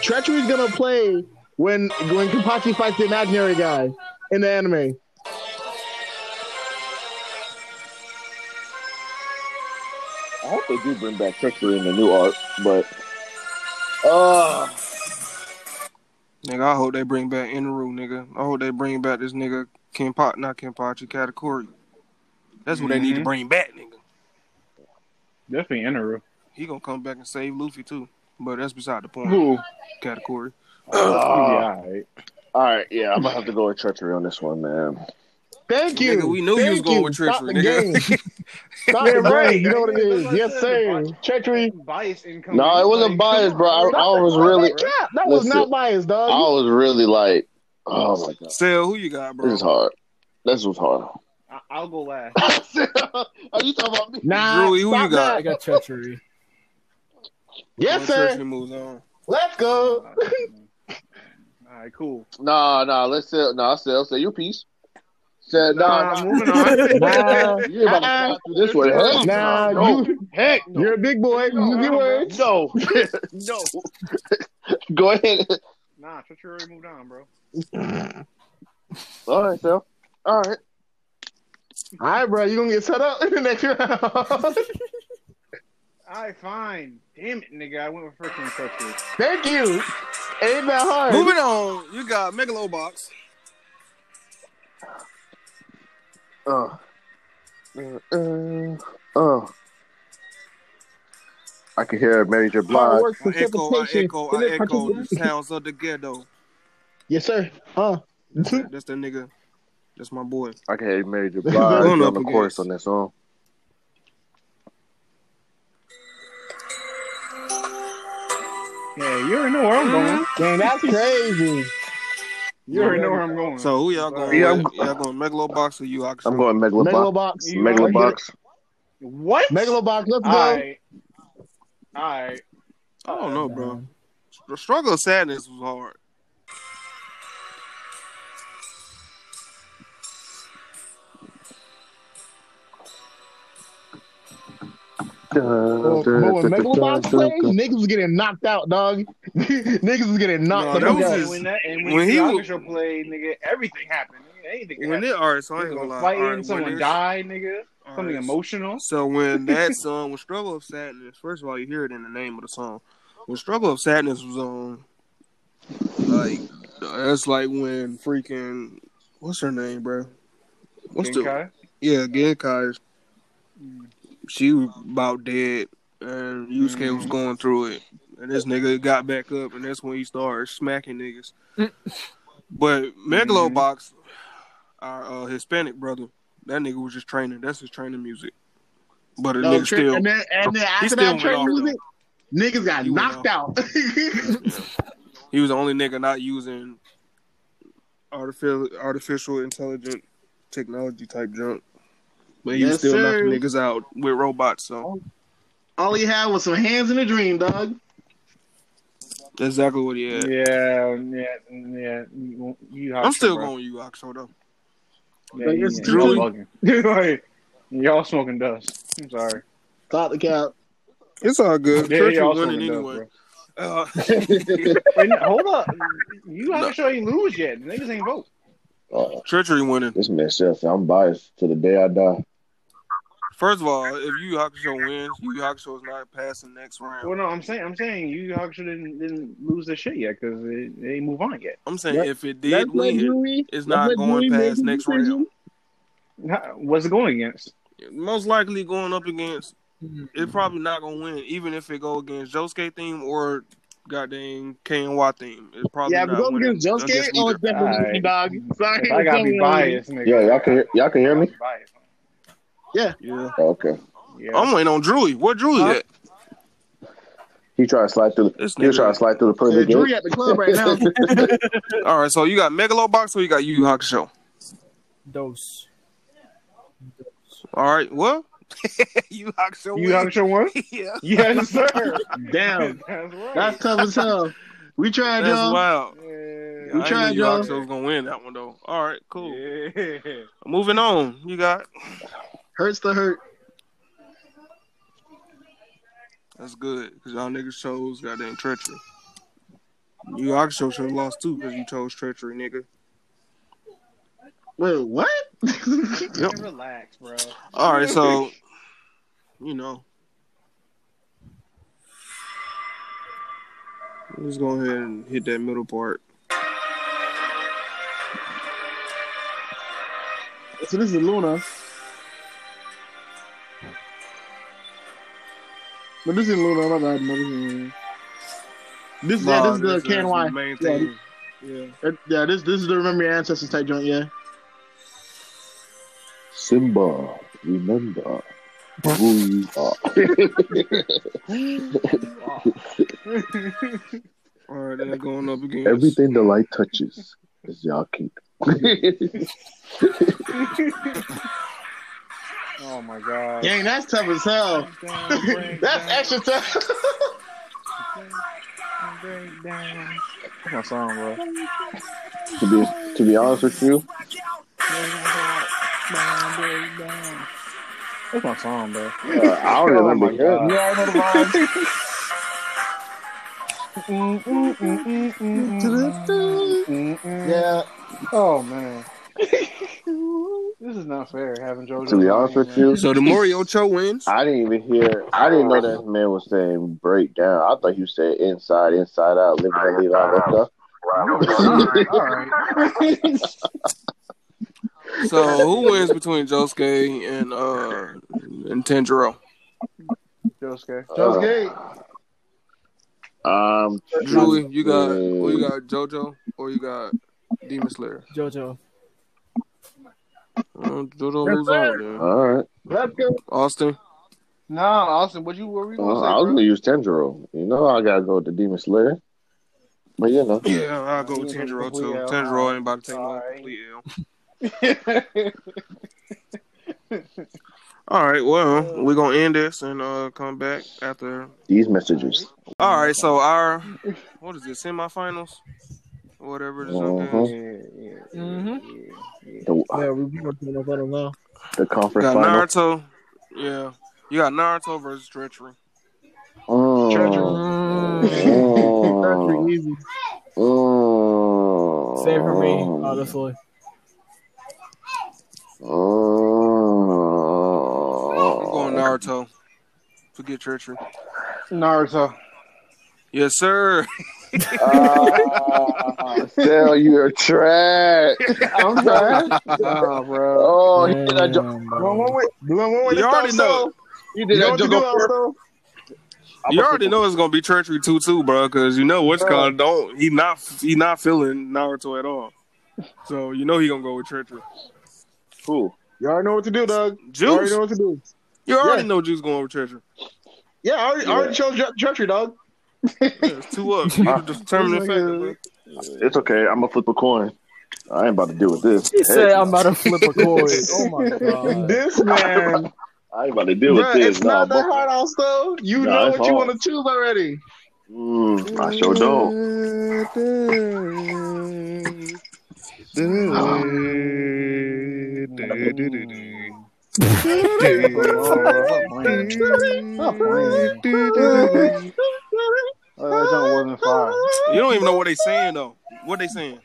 Speaker 6: Treachery's gonna play when when Kapachi fights the imaginary guy in the anime.
Speaker 7: I hope they do bring back Treachery in the new arc, but uh,
Speaker 3: Nigga, I hope they bring back Inaru, nigga. I hope they bring back this nigga Kenpachi, not Kenpachi, Katakuri. That's what they need to
Speaker 4: Mhm.
Speaker 3: bring back, nigga.
Speaker 4: Definitely Inaru.
Speaker 3: He gonna come back and save Luffy too, but that's beside the point.
Speaker 4: Who?
Speaker 3: Katakuri.
Speaker 7: uh,
Speaker 6: Ah.
Speaker 4: yeah, all right.
Speaker 7: all right, yeah, I'm gonna have to go with Treachery on this one, man.
Speaker 6: Thank you.
Speaker 3: Nigga, we knew you
Speaker 6: Thank
Speaker 3: was going with
Speaker 6: Stop
Speaker 3: treachery,
Speaker 6: the
Speaker 3: nigga.
Speaker 6: game. Stop the
Speaker 4: right.
Speaker 6: game. You know what it is.
Speaker 4: That's what I
Speaker 6: Yes,
Speaker 4: said.
Speaker 6: sir.
Speaker 4: Why-
Speaker 6: Treachery.
Speaker 4: Bias income.
Speaker 7: No, it wasn't biased, bro. I, I was really,
Speaker 6: Cap, that was
Speaker 7: Listen.
Speaker 6: not biased,
Speaker 7: I
Speaker 6: dog.
Speaker 7: was really like, oh my god,
Speaker 3: Sell who you got,
Speaker 7: this
Speaker 3: bro?
Speaker 7: is hard. This was hard.
Speaker 4: I- I'll go last.
Speaker 7: Are you talking about me?
Speaker 6: Nah,
Speaker 3: Drew, who
Speaker 6: stop
Speaker 3: you got?
Speaker 5: I
Speaker 6: that.
Speaker 5: got treachery.
Speaker 6: Yes,
Speaker 3: When
Speaker 6: sir.
Speaker 3: Treachery moves on.
Speaker 6: Let's go.
Speaker 4: all right, cool.
Speaker 7: Nah, nah. Let's say, nah. I said, I said, you piece. Said, nah, nah.
Speaker 4: moving on.
Speaker 6: Nah,
Speaker 7: You ain't about to
Speaker 6: Uh-uh.
Speaker 7: slide through this one. Hell
Speaker 6: nah,
Speaker 7: no.
Speaker 6: you,
Speaker 7: heck
Speaker 6: you're a big boy. Use your words.
Speaker 7: no, no. Go ahead.
Speaker 4: Nah, Treachery already moved on, bro.
Speaker 7: All right, Sal. All right.
Speaker 6: All right, bro. You gonna get set up in the next round.
Speaker 4: All right, fine. Damn it, nigga. I went with freaking Treachery.
Speaker 6: Thank you. Ain't that hard?
Speaker 3: Moving on, you got Megalobox.
Speaker 7: Uh, uh, uh. I can hear Mary J.
Speaker 6: Hard
Speaker 7: Blige.
Speaker 6: work,
Speaker 3: I echo, I
Speaker 6: precipitation,
Speaker 3: echo, I
Speaker 6: and it
Speaker 3: echo the
Speaker 6: participation.
Speaker 3: sounds of the ghetto.
Speaker 6: Yes, sir. Huh?
Speaker 3: That's that nigga. That's my boy.
Speaker 7: I can hear Mary J.
Speaker 3: Going
Speaker 7: Blige on
Speaker 3: up
Speaker 7: the
Speaker 3: against-
Speaker 7: chorus on that song.
Speaker 4: Yeah, you already know where I'm going.
Speaker 3: Mm-hmm.
Speaker 6: Damn, that's crazy.
Speaker 4: You already know where I'm going.
Speaker 3: So who y'all going?
Speaker 7: Yeah,
Speaker 3: with?
Speaker 7: I'm-
Speaker 3: y'all going Megalobox or you Oxygen?
Speaker 7: I'm going Megalobox.
Speaker 6: Megalobox.
Speaker 4: You-
Speaker 7: Megalobox.
Speaker 4: what?
Speaker 6: Megalobox. Let's go.
Speaker 4: All right. All right.
Speaker 3: I don't know, bro. The struggle of sadness was hard.
Speaker 6: Well, but when Megalobox played, niggas was getting knocked out, dog. niggas was getting
Speaker 3: No,
Speaker 6: knocked
Speaker 3: that
Speaker 6: the
Speaker 3: was
Speaker 6: fuck out.
Speaker 3: his-
Speaker 4: when that and when,
Speaker 3: when he
Speaker 4: he
Speaker 3: was-
Speaker 4: played, nigga, everything happened. Nigga. Anything
Speaker 3: When
Speaker 4: happened.
Speaker 3: it alright, so I ain't
Speaker 4: Niggas
Speaker 3: gonna
Speaker 4: were
Speaker 3: lie.
Speaker 4: fighting,
Speaker 3: Alright, when
Speaker 4: someone
Speaker 3: it-
Speaker 4: died, nigga.
Speaker 3: alright.
Speaker 4: Something emotional.
Speaker 3: So when that song, when Struggle of Sadness, first of all, you hear it in the name of the song. When Struggle of Sadness was on, like that's like when freaking what's her name, bro? What's the
Speaker 4: Genkai.
Speaker 3: yeah Genkai? She was about dead, and Yusuke
Speaker 6: Mm-hmm.
Speaker 3: was going through it, and this nigga got back up, and that's when he started smacking niggas. but Megalobox,
Speaker 6: Mm-hmm.
Speaker 3: our uh, Hispanic brother, that nigga was just training. That's his training music. But the
Speaker 6: No,
Speaker 3: nigga
Speaker 6: tri-
Speaker 3: still
Speaker 6: and then, and then after
Speaker 3: still
Speaker 6: that
Speaker 3: went
Speaker 6: train
Speaker 3: off,
Speaker 6: music, niggas got
Speaker 3: He went
Speaker 6: knocked out.
Speaker 3: He was the only nigga not using artificial artificial intelligent technology type junk. But he was
Speaker 6: Yes,
Speaker 3: still
Speaker 6: sir. Oh.
Speaker 3: knocking niggas out with robots, so
Speaker 6: All he had was some hands in a dream, dog.
Speaker 3: that's exactly what he had.
Speaker 4: Yeah, yeah, yeah. You, you
Speaker 3: I'm still going with you, Oxo, though.
Speaker 4: Yeah, you,
Speaker 6: It's
Speaker 4: you,
Speaker 6: true.
Speaker 4: all bugging. like, y'all smoking dust. I'm sorry.
Speaker 6: Stop the cap.
Speaker 3: It's all good.
Speaker 4: Yeah,
Speaker 3: Churchill
Speaker 4: y'all
Speaker 3: winning
Speaker 4: smoking
Speaker 3: anyway.
Speaker 4: dust,
Speaker 3: Uh,
Speaker 4: bro. Wait, no, hold up. You
Speaker 3: No.
Speaker 4: haven't sure ain't lose yet. Niggas ain't vote.
Speaker 7: Oh,
Speaker 3: Treachery Uh, winning.
Speaker 7: this man says I'm biased to the day I die.
Speaker 3: First of all, if Yu Yu Hakusho wins, Yu Yu Hakusho is not passing next round.
Speaker 4: Well, no, I'm saying, I'm saying you actually didn't, didn't lose the shit yet because they, they move on yet.
Speaker 3: I'm saying
Speaker 6: That-
Speaker 3: if it
Speaker 6: Let's
Speaker 3: did
Speaker 6: let
Speaker 3: win,
Speaker 6: Yui-
Speaker 3: it's
Speaker 6: let's
Speaker 3: not
Speaker 6: let
Speaker 3: going
Speaker 6: Yui make
Speaker 3: past
Speaker 6: his
Speaker 3: next
Speaker 6: decision.
Speaker 3: round.
Speaker 4: How- What's it going against?
Speaker 3: Most likely going up against
Speaker 5: Mm,
Speaker 3: it's probably not gonna win, even if it go against Josuke theme or goddamn KNY theme. It's probably
Speaker 6: Yeah, if
Speaker 3: not
Speaker 6: it goes
Speaker 3: winning
Speaker 6: against Josuke,
Speaker 3: against
Speaker 6: oh,
Speaker 3: either.
Speaker 6: it's definitely
Speaker 4: All
Speaker 6: Yuki,
Speaker 4: right.
Speaker 6: dog. Sorry.
Speaker 4: If I gotta be
Speaker 6: Definitely.
Speaker 4: biased, nigga.
Speaker 7: Yeah, y'all can hear, y'all can hear me.
Speaker 4: Biased.
Speaker 3: yeah.
Speaker 7: Okay,
Speaker 4: Yeah.
Speaker 3: I'm waiting on Drewy. What Drewy
Speaker 6: Huh?
Speaker 3: at?
Speaker 7: he tried to slide through. The,
Speaker 3: This
Speaker 7: he was
Speaker 3: nigga.
Speaker 7: trying to slide through the
Speaker 6: Yeah,
Speaker 7: pearly
Speaker 6: Drew
Speaker 7: gate.
Speaker 6: at the club right now.
Speaker 3: All right, so you got Megalobox or you got Yu Yu Hakusho?
Speaker 5: Dose.
Speaker 3: All right. Well, you hocked your
Speaker 4: You
Speaker 3: wig.
Speaker 4: got your one?
Speaker 3: yeah.
Speaker 4: Yes, sir.
Speaker 6: Damn,
Speaker 4: That's right.
Speaker 6: that's tough as hell. We tried,
Speaker 3: That's
Speaker 6: y'all.
Speaker 3: wild.
Speaker 4: Yeah.
Speaker 3: I
Speaker 6: tried,
Speaker 3: knew you
Speaker 6: y'all.
Speaker 3: hocked was gonna win that one though. All right. Cool.
Speaker 4: Yeah.
Speaker 3: Moving on. You got.
Speaker 6: Hurts to hurt.
Speaker 3: That's good because y'all niggas chose goddamn treachery. You hocked should have lost too because you chose treachery, nigga.
Speaker 6: Wait, what?
Speaker 3: Yep.
Speaker 4: Relax, bro.
Speaker 3: All right. So, you know. Let's go ahead and hit that middle part.
Speaker 6: so this is Luna. But this is Luna. My bad. No, this is- This, yeah,
Speaker 3: Nah,
Speaker 6: this is the
Speaker 3: that's
Speaker 6: can why.
Speaker 3: main
Speaker 6: Yeah,
Speaker 3: thing. Yeah.
Speaker 6: Uh, Yeah, this this is the Remember Your Ancestors type joint, yeah.
Speaker 7: Simba, remember who you are.
Speaker 3: All right, then going up again.
Speaker 7: Everything the light touches is y'all keep.
Speaker 4: Oh my god.
Speaker 6: Dang, that's tough as hell. That's extra tough.
Speaker 4: That's my song, bro.
Speaker 7: to be to be honest with you,
Speaker 4: That's my song, bro.
Speaker 7: uh, I
Speaker 3: Oh
Speaker 7: don't remember. hearing it.
Speaker 6: yeah.
Speaker 4: Oh man. this is not fair having JoJo.
Speaker 7: To be honest with you,
Speaker 3: So the Moriocho wins.
Speaker 7: I didn't even hear. I didn't know that man was saying break down. I thought you said inside, inside out, living and leave out. Look
Speaker 4: Alright, alright.
Speaker 3: So who wins between Josuke and uh and Tanjiro?
Speaker 4: Josuke.
Speaker 6: Joe's gay.
Speaker 7: Um,
Speaker 3: Julie, you got or you got JoJo or you got Demon Slayer.
Speaker 5: JoJo.
Speaker 3: Uh, JoJo moves on, man.
Speaker 7: all right.
Speaker 6: Let's go.
Speaker 3: Austin,
Speaker 4: No, Austin, what you what were you
Speaker 7: Well, I was
Speaker 4: gonna
Speaker 7: gonna
Speaker 4: say?
Speaker 7: use Tendril. You know, I gotta go with the Demon Slayer. But you know,
Speaker 3: yeah, I go with Tanjiro too. Tanjiro ain't about to take no
Speaker 4: Sorry.
Speaker 3: complete L.
Speaker 4: bro?
Speaker 3: All right, well, we're gonna end this and uh come back after.
Speaker 7: these messages.
Speaker 3: All right, so our what is this semifinals, whatever it is.
Speaker 7: Uh-huh.
Speaker 3: okay.
Speaker 4: yeah, yeah, yeah,
Speaker 5: Mhm.
Speaker 4: yeah.
Speaker 7: The,
Speaker 5: Yeah, we working on that now.
Speaker 7: the
Speaker 3: You
Speaker 7: conference
Speaker 3: got
Speaker 7: final.
Speaker 3: Naruto, yeah. You got Naruto versus Treachery.
Speaker 7: Mm.
Speaker 5: That's
Speaker 7: Mm.
Speaker 5: pretty easy.
Speaker 7: Mm.
Speaker 5: Same for me,
Speaker 3: Oh.
Speaker 5: Oh, honestly.
Speaker 7: uh,
Speaker 3: I'm going
Speaker 7: Mm.
Speaker 3: Naruto. Forget Treachery.
Speaker 4: Naruto.
Speaker 3: Yes, sir.
Speaker 7: Ah, Tell you're trash.
Speaker 4: I'm trying. nah, bro.
Speaker 7: Oh, he did that. Jo-
Speaker 5: Damn,
Speaker 4: One, one
Speaker 5: bro.
Speaker 4: way, one, one way
Speaker 3: You
Speaker 4: to
Speaker 3: already
Speaker 4: thumb
Speaker 3: know.
Speaker 7: he
Speaker 4: You
Speaker 7: did
Speaker 4: know
Speaker 7: that.
Speaker 4: what you
Speaker 7: Joker
Speaker 4: do,
Speaker 7: first.
Speaker 4: Aldo?
Speaker 7: I'm
Speaker 3: You
Speaker 7: a-
Speaker 3: already know it's gonna be Treachery two two, bro, because you know what's called don't he not he not feeling Naruto at all. So you know he gonna go with Treachery.
Speaker 7: Who?
Speaker 6: You already know what to do, Doug. You already
Speaker 3: Juice,
Speaker 6: know what to do.
Speaker 3: you already
Speaker 6: Yeah.
Speaker 3: know Juice going with Treachery.
Speaker 6: Yeah, I already, I already chose Dre- Treachery, dog.
Speaker 3: Yeah, it's two up. You
Speaker 7: Uh,
Speaker 3: the determining factor, bro.
Speaker 7: It's okay. I'm gonna flip a coin. I ain't about to deal with this.
Speaker 5: He said,
Speaker 7: Hey,
Speaker 5: I'm about to flip a coin. Oh my god.
Speaker 6: This man.
Speaker 7: I ain't about to deal
Speaker 6: Bruh,
Speaker 7: with this.
Speaker 6: it's not
Speaker 7: nah,
Speaker 6: that
Speaker 7: bro.
Speaker 6: hard, also. You
Speaker 7: Nah,
Speaker 6: know
Speaker 7: it's
Speaker 6: what you
Speaker 7: hard.
Speaker 6: want to choose already.
Speaker 7: Mm, I sure don't.
Speaker 4: Oh, that jump wasn't fire.
Speaker 3: You don't even know what they saying though. What they saying?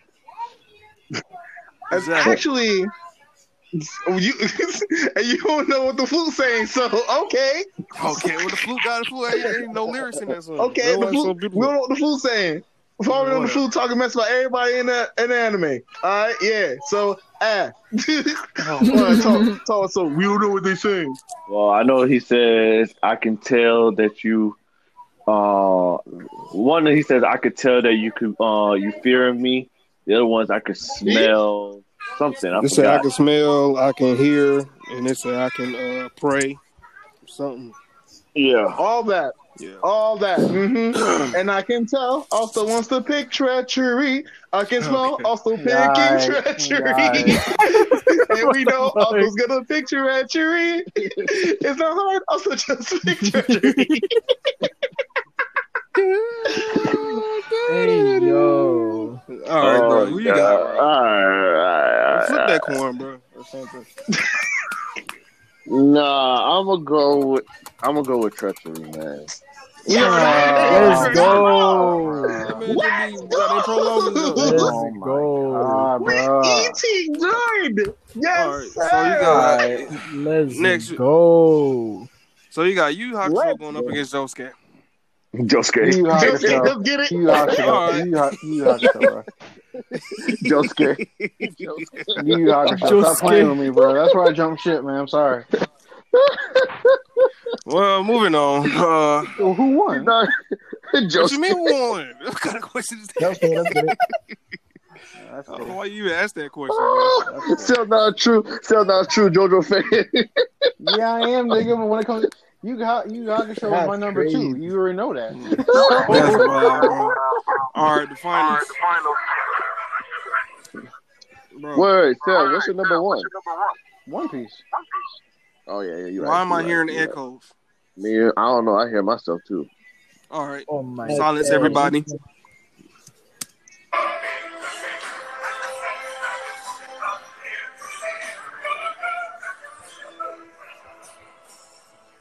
Speaker 6: It's
Speaker 3: Exactly.
Speaker 6: Actually, you and you don't know what the flute's saying, so okay,
Speaker 3: Okay, well the flute got the flute. Ain't, ain't no lyrics in that song.
Speaker 6: okay.
Speaker 3: That's
Speaker 6: The
Speaker 3: why it's
Speaker 6: flute, we
Speaker 3: beautiful.
Speaker 6: don't know what the flute's saying. We Probably know the flute talking mess about everybody in the in the anime. All right, yeah. So ah, Alright, talk, talk, so we don't know what they saying.
Speaker 8: Well, I know he says I can tell that you. Uh, one he says I could tell that you could. Uh, you fear me. The other ones I could smell something. I
Speaker 3: They say I
Speaker 8: forgot.
Speaker 3: can smell, I can hear, and they say I can uh, pray. Something.
Speaker 8: Yeah.
Speaker 6: All that.
Speaker 3: Yeah.
Speaker 6: all that. hmm and I can tell. Also wants to pick treachery. I can smell.
Speaker 3: Okay.
Speaker 6: Also picking
Speaker 4: Nice,
Speaker 6: treachery.
Speaker 4: nice.
Speaker 6: and we know
Speaker 5: the fuck?
Speaker 6: Uncle's gonna pick treachery. it's not hard. Also just pick treachery.
Speaker 5: Hey yo.
Speaker 3: All right, bro. Who you got?
Speaker 8: All right,
Speaker 3: Flip that coin, bro, or something.
Speaker 8: Nah, I'm gonna go with I'm gonna go with treachery, man.
Speaker 5: Let's go.
Speaker 3: That man just be- Nah, they prolonged it, though.
Speaker 5: Let's
Speaker 4: Oh my
Speaker 5: go.
Speaker 4: Ah, bro.
Speaker 6: E.T. joined. Yes.
Speaker 3: All right, so
Speaker 6: sir.
Speaker 3: you got
Speaker 5: Let's
Speaker 3: Next-
Speaker 5: go.
Speaker 3: so you got you Hakusho
Speaker 6: What?
Speaker 3: going up against Josuke.
Speaker 8: Josuke,
Speaker 4: You hot
Speaker 6: Just,
Speaker 4: yourself.
Speaker 6: just get it.
Speaker 4: You hot yourself. You hot you hot yourself, bro.
Speaker 8: Josuke.
Speaker 4: You hot yourself. Stop
Speaker 5: Just
Speaker 4: playing
Speaker 5: kidding.
Speaker 4: with me, bro. That's why I jumped shit, man. I'm sorry.
Speaker 3: Well, moving on. Uh,
Speaker 4: Well, who won?
Speaker 8: No,
Speaker 3: what you
Speaker 8: Josuke.
Speaker 3: mean one? What kind of question is that?
Speaker 5: Let's get it.
Speaker 4: That's
Speaker 3: I
Speaker 4: cool.
Speaker 3: don't know why you even asked that question. Bro.
Speaker 8: Oh, still not true. Still not true. JoJo fan.
Speaker 4: Yeah, I am, nigga. But when it comes, to, you got you got to show
Speaker 5: That's
Speaker 4: my number
Speaker 5: crazy.
Speaker 4: two. You already know that.
Speaker 3: That's wild, bro. All right, the finals. Bro,
Speaker 8: Word, Seth, what's your number one?
Speaker 4: One Piece.
Speaker 8: Oh yeah, yeah, you right.
Speaker 3: why am
Speaker 8: you
Speaker 3: I
Speaker 8: right,
Speaker 3: hearing
Speaker 8: you right.
Speaker 3: echoes?
Speaker 8: Me, I don't know. I hear myself too.
Speaker 3: All right,
Speaker 5: Oh my
Speaker 3: silence
Speaker 5: God.
Speaker 3: everybody.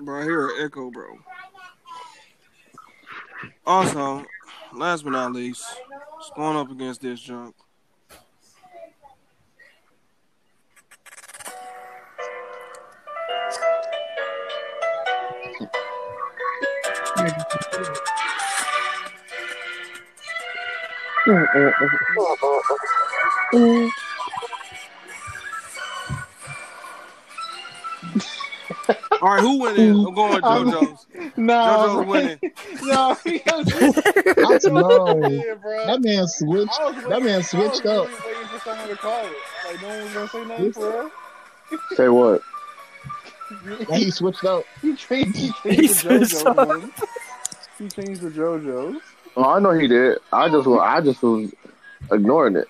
Speaker 3: Bro, I hear an echo, bro. Also, last but not least, it's going up against this junk. All right, who winning? I'm going with JoJo's.
Speaker 4: Oh, No,
Speaker 3: JoJo's winning.
Speaker 4: no,
Speaker 6: I'm telling
Speaker 4: yeah, bro.
Speaker 6: you, That man switched.
Speaker 4: I was waiting-
Speaker 6: That
Speaker 4: I
Speaker 6: man
Speaker 4: was
Speaker 6: switched
Speaker 4: really
Speaker 6: up.
Speaker 4: Waiting for someone to call it. Like no one was gonna say nothing for real.
Speaker 8: Say what?
Speaker 6: He switched up.
Speaker 4: He changed. He
Speaker 5: He
Speaker 4: changed the
Speaker 5: switched up.
Speaker 4: JoJo one. He changed the JoJo's.
Speaker 8: Oh, I know he did. I just, wa- I just was ignoring it.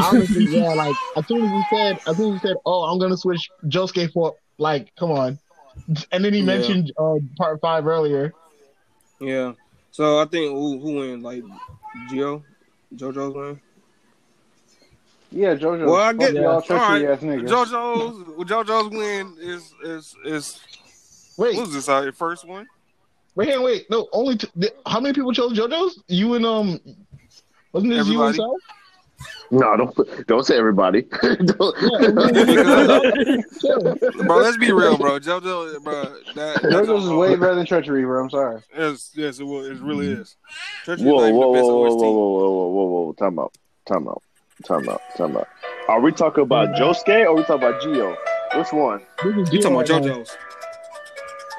Speaker 6: Honestly, yeah. Like as soon as he said, as soon as he said, "Oh, I'm gonna switch Josuke for," like, come on. And then he
Speaker 3: Yeah.
Speaker 6: mentioned uh, part five earlier.
Speaker 3: Yeah. So I think who who win? Like Gio? JoJo's win?
Speaker 4: Yeah, JoJo.
Speaker 3: Well, I get-
Speaker 4: Fuck y'all
Speaker 5: yeah.
Speaker 4: treachery
Speaker 3: Alright.
Speaker 4: ass niggas.
Speaker 3: JoJo's JoJo's win is is is
Speaker 6: Wait,
Speaker 3: what was this out your first one?
Speaker 6: wait, wait, wait. No, only t- th- how many people chose JoJo's? You and um, wasn't this
Speaker 3: Everybody.
Speaker 6: you and
Speaker 8: No, don't, put- don't say everybody. don't,
Speaker 3: Because,
Speaker 6: Sal? Yeah.
Speaker 3: bro, let's be real, bro. JoJo, bro, that, that
Speaker 4: JoJo's is way better than treachery, bro. I'm sorry.
Speaker 3: Yes, yes, it will. It really is. Church is
Speaker 8: Whoa,
Speaker 3: not
Speaker 8: whoa,
Speaker 3: even
Speaker 8: whoa,
Speaker 3: the best
Speaker 8: whoa, whoa,
Speaker 3: OST.
Speaker 8: whoa, whoa, whoa, whoa, whoa, time out, time out, time out, time out. Are we talking about
Speaker 6: Mm.
Speaker 8: Josuke or we talking about Gio? Which one?
Speaker 6: This is
Speaker 3: You
Speaker 6: Gio
Speaker 3: talking about
Speaker 6: right now.
Speaker 3: JoJo's?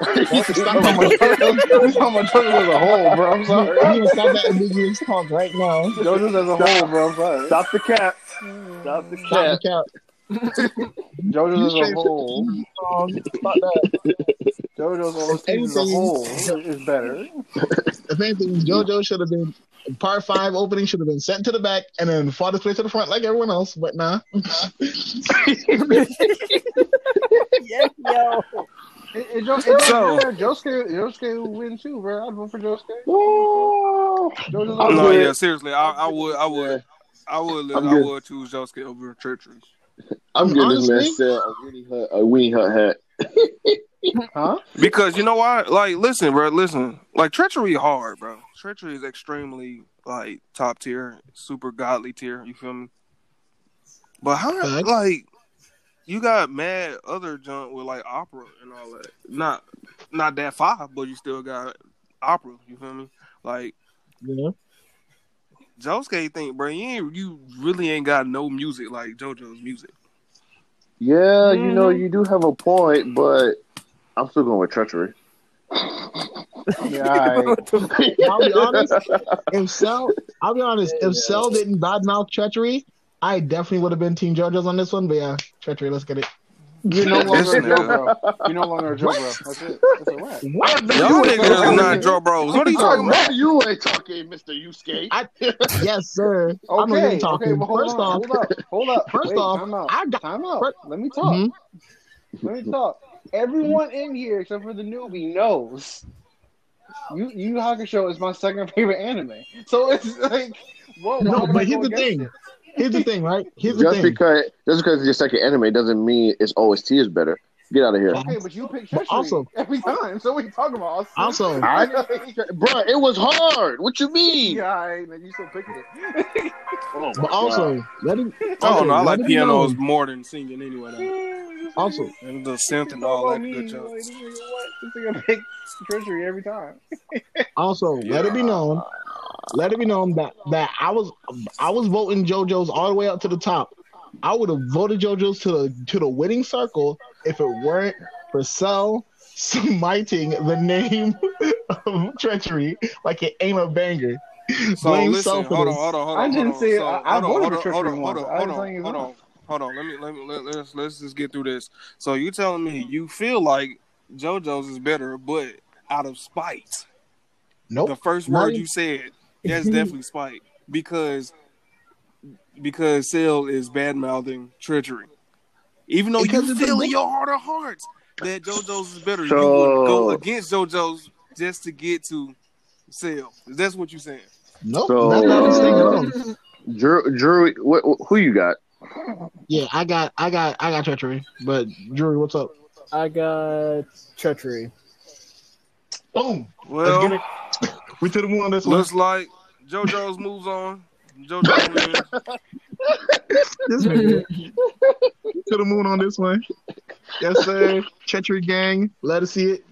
Speaker 4: I'm talking about JoJo's as a whole, bro. I'm
Speaker 6: Sorry,
Speaker 4: sorry.
Speaker 6: I'm gonna stop that ambiguous talk right now.
Speaker 4: JoJo's as a whole, bro. I'm sorry.
Speaker 8: Stop the cap! Stop the cap!
Speaker 6: Stop the count.
Speaker 4: JoJo's
Speaker 6: You
Speaker 4: as a whole.
Speaker 6: Um, stop that.
Speaker 4: JoJo's OST as a
Speaker 6: Anything-
Speaker 4: whole is better.
Speaker 6: If anything, JoJo should have been part five opening should have been sent to the back and then fought his way to the front like everyone else, but nah.
Speaker 5: yo.
Speaker 4: It, it, jo- it don't
Speaker 3: So-
Speaker 4: matter. Josuke, Josuke will win too, bro. I'd vote for Josuke. JoJo's
Speaker 8: I'm
Speaker 4: all
Speaker 3: No,
Speaker 8: with
Speaker 3: yeah,
Speaker 8: it.
Speaker 3: seriously, I, I would, I would, I would, live,
Speaker 8: I'm
Speaker 3: I
Speaker 8: good.
Speaker 3: would choose Josuke over Treachery.
Speaker 8: I'm getting this man
Speaker 6: Honestly-
Speaker 8: sell a Winnie Hut, a Winnie Hut hat.
Speaker 4: Huh?
Speaker 3: Because you know why? Like, listen, bro, listen. Like, Treachery hard, bro. Treachery is extremely like top tier, super godly tier. You feel me? But how?
Speaker 6: Facts.
Speaker 3: Like, you got mad other junk with like opera and all that. Not not that far, but you still got opera. You feel me? Like
Speaker 5: Yeah.
Speaker 3: Josuke think, bro, you ain't, you really ain't got no music like JoJo's music.
Speaker 7: Yeah, you know, you do have a point, but I'm still going with treachery.
Speaker 6: Yeah, all right. I'll be honest. If Cell, I'll be honest. If Cell didn't badmouth treachery, I definitely would have been Team JoJo's on this one. But yeah, treachery. Let's get it.
Speaker 4: You're no longer a
Speaker 3: Listen,
Speaker 4: Joe, bro. You're no longer a Joe, bro. That's it. That's a wrap.
Speaker 7: What?
Speaker 3: Y'all niggas is not Joe Bros. What are you talking about?
Speaker 7: You ain't talking, Mister Yusuke.
Speaker 6: I- Yes, sir. I'm not even talking.
Speaker 4: okay, but hold
Speaker 6: First
Speaker 4: on,
Speaker 6: off,
Speaker 4: hold up, hold up.
Speaker 6: First
Speaker 4: Wait,
Speaker 6: off,
Speaker 4: time out.
Speaker 6: I got-
Speaker 4: time out.
Speaker 6: fir-
Speaker 4: Let me talk.
Speaker 6: Mhm.
Speaker 4: Let me talk. Everyone in here except for the newbie knows. Yu Yu Hakusho is my second favorite anime. So it's like, whoa.
Speaker 6: No,
Speaker 4: how can
Speaker 6: but
Speaker 4: I
Speaker 6: here's
Speaker 4: go
Speaker 6: the
Speaker 4: against
Speaker 6: thing.
Speaker 4: it?
Speaker 6: here's the thing, right? Here's the
Speaker 7: Just
Speaker 6: thing.
Speaker 7: because just because it's your second anime doesn't mean it's always T is better. Get out of here,
Speaker 6: Uh-huh.
Speaker 4: Okay, but you pick
Speaker 6: But
Speaker 4: Treachery
Speaker 6: also-
Speaker 4: every time. So we talking about Austin.
Speaker 6: Also,
Speaker 7: I- bro. It was hard. What you mean?
Speaker 4: yeah, all right, man, you still picked it.
Speaker 7: Oh my
Speaker 6: but also, let it.
Speaker 3: I don't know. I
Speaker 6: let
Speaker 3: like
Speaker 6: it be known.
Speaker 3: pianos more than singing anyway. though.
Speaker 6: Also,
Speaker 3: And the synth and all that good junk.
Speaker 4: This nigga what? This nigga pick Treachery every time.
Speaker 6: Also, let it be known, let it be known that that I was I was voting JoJo's all the way up to the top. I would have voted JoJo's to the to the winning circle if it weren't for Cell smiting the name of treachery like it ain't a banger.
Speaker 3: So
Speaker 6: Blame
Speaker 3: listen,
Speaker 6: Cell for
Speaker 3: hold on,
Speaker 6: this.
Speaker 3: hold on, hold on.
Speaker 4: I didn't
Speaker 3: hold on.
Speaker 4: say it.
Speaker 3: So,
Speaker 4: I- I
Speaker 3: hold
Speaker 4: voted
Speaker 3: on,
Speaker 4: for
Speaker 3: hold on,
Speaker 4: Treachery
Speaker 3: hold on,
Speaker 4: once. I
Speaker 3: hold
Speaker 4: was
Speaker 3: on,
Speaker 4: saying
Speaker 3: hold
Speaker 4: it's
Speaker 3: on, hold on. Let me, let me, let, let's let's just get through this. So you telling me you feel like JoJo's is better, but out of spite, the
Speaker 6: Nope.
Speaker 3: first
Speaker 6: Not
Speaker 3: word
Speaker 6: even-
Speaker 3: Oh, you said, that's definitely spite because because Cell is bad mouthing treachery, even though
Speaker 6: Because
Speaker 3: you
Speaker 6: it's a
Speaker 3: feel
Speaker 6: book.
Speaker 3: in your heart of hearts that JoJo's is better. You
Speaker 7: So-
Speaker 3: would go against JoJo's just to get to Cell. That's what you're saying.
Speaker 6: Nope.
Speaker 7: So-
Speaker 6: not that this thing at all.
Speaker 7: God. Drew, Drew, wh- wh- who you got?
Speaker 6: Yeah, I got I got I got treachery. But Drury, what's up?
Speaker 5: I got treachery.
Speaker 6: Boom.
Speaker 3: Well.
Speaker 6: get it. We to the moon on this one.
Speaker 3: Looks like JoJo's moves on. JoJo wins.
Speaker 6: This nigga. to the moon on this one. Yes, sir. Treachery gang. Let us see it.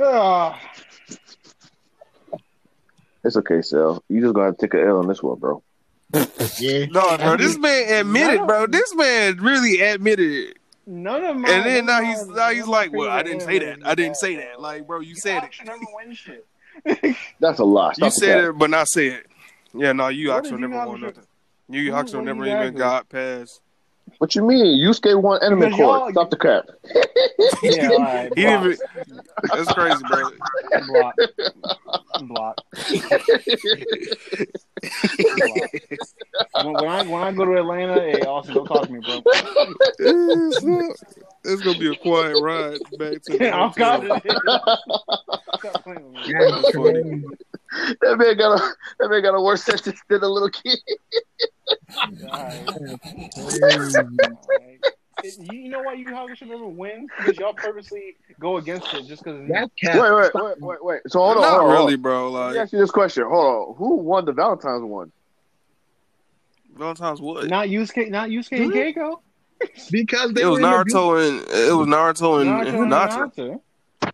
Speaker 4: Ah.
Speaker 7: It's okay, Sal. You just gonna have to take an L on this one, bro.
Speaker 6: Yeah.
Speaker 3: No, bro, this man admitted, bro. This man really admitted it.
Speaker 4: None of my.
Speaker 3: And then now
Speaker 4: none of
Speaker 3: he's
Speaker 4: my-
Speaker 3: now he's
Speaker 4: none of my
Speaker 3: like, well, I didn't
Speaker 4: favorite
Speaker 3: say that.
Speaker 4: animes
Speaker 3: I didn't
Speaker 4: is
Speaker 3: say
Speaker 4: bad,
Speaker 3: that.
Speaker 4: bro.
Speaker 3: Like, bro, you
Speaker 4: You
Speaker 3: said it.
Speaker 4: actually never win shit.
Speaker 7: That's a lie.
Speaker 3: You
Speaker 7: Stop with
Speaker 3: said it, but not say it. Yeah, no, you
Speaker 4: What
Speaker 3: actually
Speaker 4: did you
Speaker 3: never
Speaker 4: not
Speaker 3: won
Speaker 4: sure-
Speaker 3: nothing. You
Speaker 4: Who
Speaker 3: actually
Speaker 4: won
Speaker 3: never
Speaker 4: exactly?
Speaker 3: even got past.
Speaker 7: that. What you mean? You skate one anime
Speaker 4: Because y'all-
Speaker 7: court. Stop the crap.
Speaker 4: yeah, all right.
Speaker 3: He didn't
Speaker 4: Block.
Speaker 3: even- That's crazy, bro.
Speaker 4: block. block. block. When, when I when I go to Atlanta, hey, Austin, don't talk to me, bro.
Speaker 3: It's not- it's gonna be a quiet ride back to the
Speaker 4: I'm got
Speaker 3: hotel.
Speaker 4: it. Stop playing with me.
Speaker 3: That's funny.
Speaker 7: that man got a that man got a worse sentence than a little kid.
Speaker 4: All right. Alright. It- You you know why you guys should never win? Because y'all purposely go against it just because.
Speaker 7: Wait, wait, wait, wait, wait. So hold on,
Speaker 3: Not
Speaker 7: hold on.
Speaker 3: really, bro.
Speaker 7: Let me
Speaker 3: Like,
Speaker 7: ask you this question. Hold on. Who won the Valentine's one?
Speaker 3: Valentine's what?
Speaker 4: Not Yusuke, not Yusuke and Keiko.
Speaker 6: Because they
Speaker 3: It was
Speaker 6: were in the group.
Speaker 3: Naruto and it was Naruto and, and Naruto.
Speaker 4: Naruto and Hinata.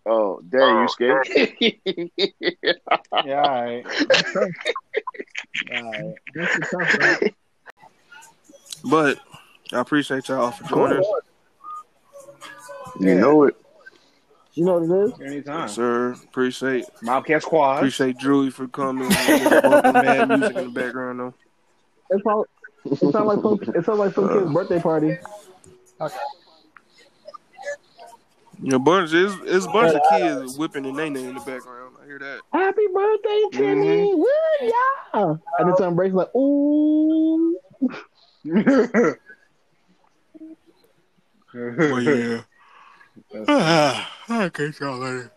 Speaker 7: Oh,
Speaker 3: Uh,
Speaker 7: damn, you scared.
Speaker 4: Yeah, all right. all right.
Speaker 6: That's the tough, right?
Speaker 3: But I appreciate y'all for joining us,
Speaker 7: you know it.
Speaker 5: You know what it is?
Speaker 4: Anytime.
Speaker 3: sir. Appreciate
Speaker 4: Mobcast Squad.
Speaker 3: appreciate Drewy for coming. Mad music in the background though.
Speaker 6: It sounds it sound like some, it sound like some
Speaker 3: Uh.
Speaker 6: kid's birthday party.
Speaker 3: Your bunch is it's a bunch of kids whipping and they in the background. I hear that.
Speaker 6: Happy birthday, Timmy! Woo, yeah! And it's on break like, ooh.
Speaker 4: Mm-hmm.
Speaker 3: Well, Oh, yeah. Ah, I'll catch y'all later.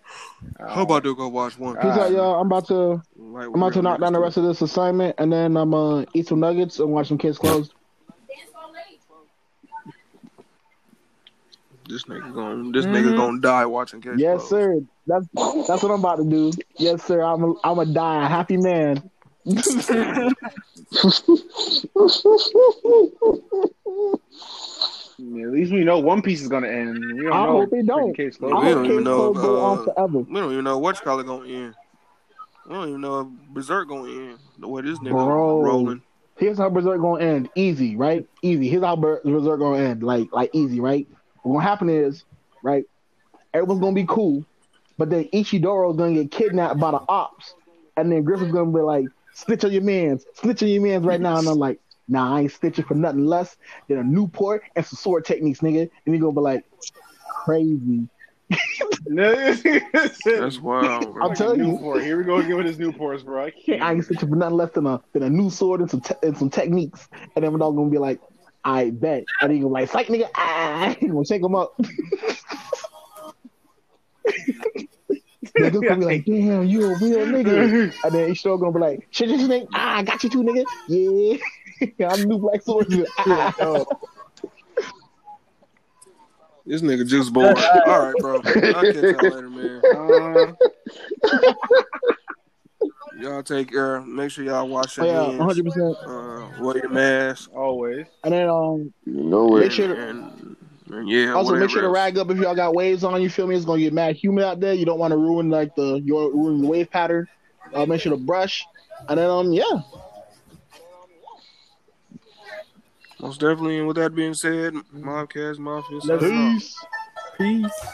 Speaker 4: Oh,
Speaker 3: How about to go watch one?
Speaker 6: Peace out, y'all. I'm about to
Speaker 3: Like,
Speaker 6: I'm about to knock down the rest of this assignment, and then I'm uh eat some nuggets and watch some kids close.
Speaker 3: This nigga gonna this nigga gonna die watching Catch
Speaker 6: Mm-hmm. Yes,
Speaker 3: Flow.
Speaker 6: sir. That's that's what I'm about to do. Yes, sir. I'm a, I'm a die a happy man.
Speaker 4: Yeah, at least we know One Piece is gonna end. We don't
Speaker 6: I
Speaker 4: know
Speaker 6: hope it
Speaker 4: if freaking
Speaker 6: don't.
Speaker 4: Case
Speaker 6: I
Speaker 3: We
Speaker 4: closed.
Speaker 6: hope
Speaker 3: don't even
Speaker 6: Case
Speaker 3: know uh,
Speaker 6: Closed go
Speaker 3: if,
Speaker 6: on forever.
Speaker 3: We don't even know what color gonna end. We don't even know if Berserk gonna end. The way this nigga
Speaker 6: Bro.
Speaker 3: rolling.
Speaker 6: Here's how Berserk gonna end. Easy, right? Easy. Here's how Ber- Berserk gonna end. Like, like easy, right? What's gonna happen is, right? Everyone's gonna be cool, but then Ichidoro's gonna get kidnapped by the ops, and then Griffin's gonna be like, "Snitch on your man's, snitch on your man's right now." And I'm like, "Nah, I ain't snitching for nothing less than a Newport and some sword techniques, nigga." And you're gonna be like, "Crazy."
Speaker 4: That's
Speaker 3: That's wild, bro.
Speaker 6: I'm telling you.
Speaker 4: Newport. Here we go again with his Newports, bro. I can't.
Speaker 6: I ain't searching for nothing less than a than a new sword and some te- and some techniques. And then we're all gonna be like, I bet. And then you're like, psych nigga, ah, you gonna shake him up. They're just gonna be like, damn, you a real
Speaker 4: Uh-huh.
Speaker 6: nigga. And then Ishtar gonna be like, shit, shit, shit, ah, I got you too, nigga. Yeah, I'm new black swordsman. Ah.
Speaker 3: This nigga juice bored. All right, bro. I'll catch y'all later, man.
Speaker 4: Uh,
Speaker 3: Y'all take care. Make sure y'all wash
Speaker 6: Oh,
Speaker 3: your
Speaker 6: yeah,
Speaker 3: hands.
Speaker 6: 100. percent
Speaker 3: Uh, wear your mask.
Speaker 4: always.
Speaker 6: And then um,
Speaker 7: You know it.
Speaker 6: Make sure to-
Speaker 3: and, and yeah.
Speaker 6: also
Speaker 3: whatever
Speaker 6: make sure to
Speaker 3: else.
Speaker 6: rag up if y'all got waves on. You feel me? It's gonna get mad humid out there. You don't want to ruin like the your ruin the wave pattern. Uh, make sure to brush, and then um, yeah.
Speaker 3: Most definitely. And with that being said, Mobcast Mafia. signing off.
Speaker 5: Peace.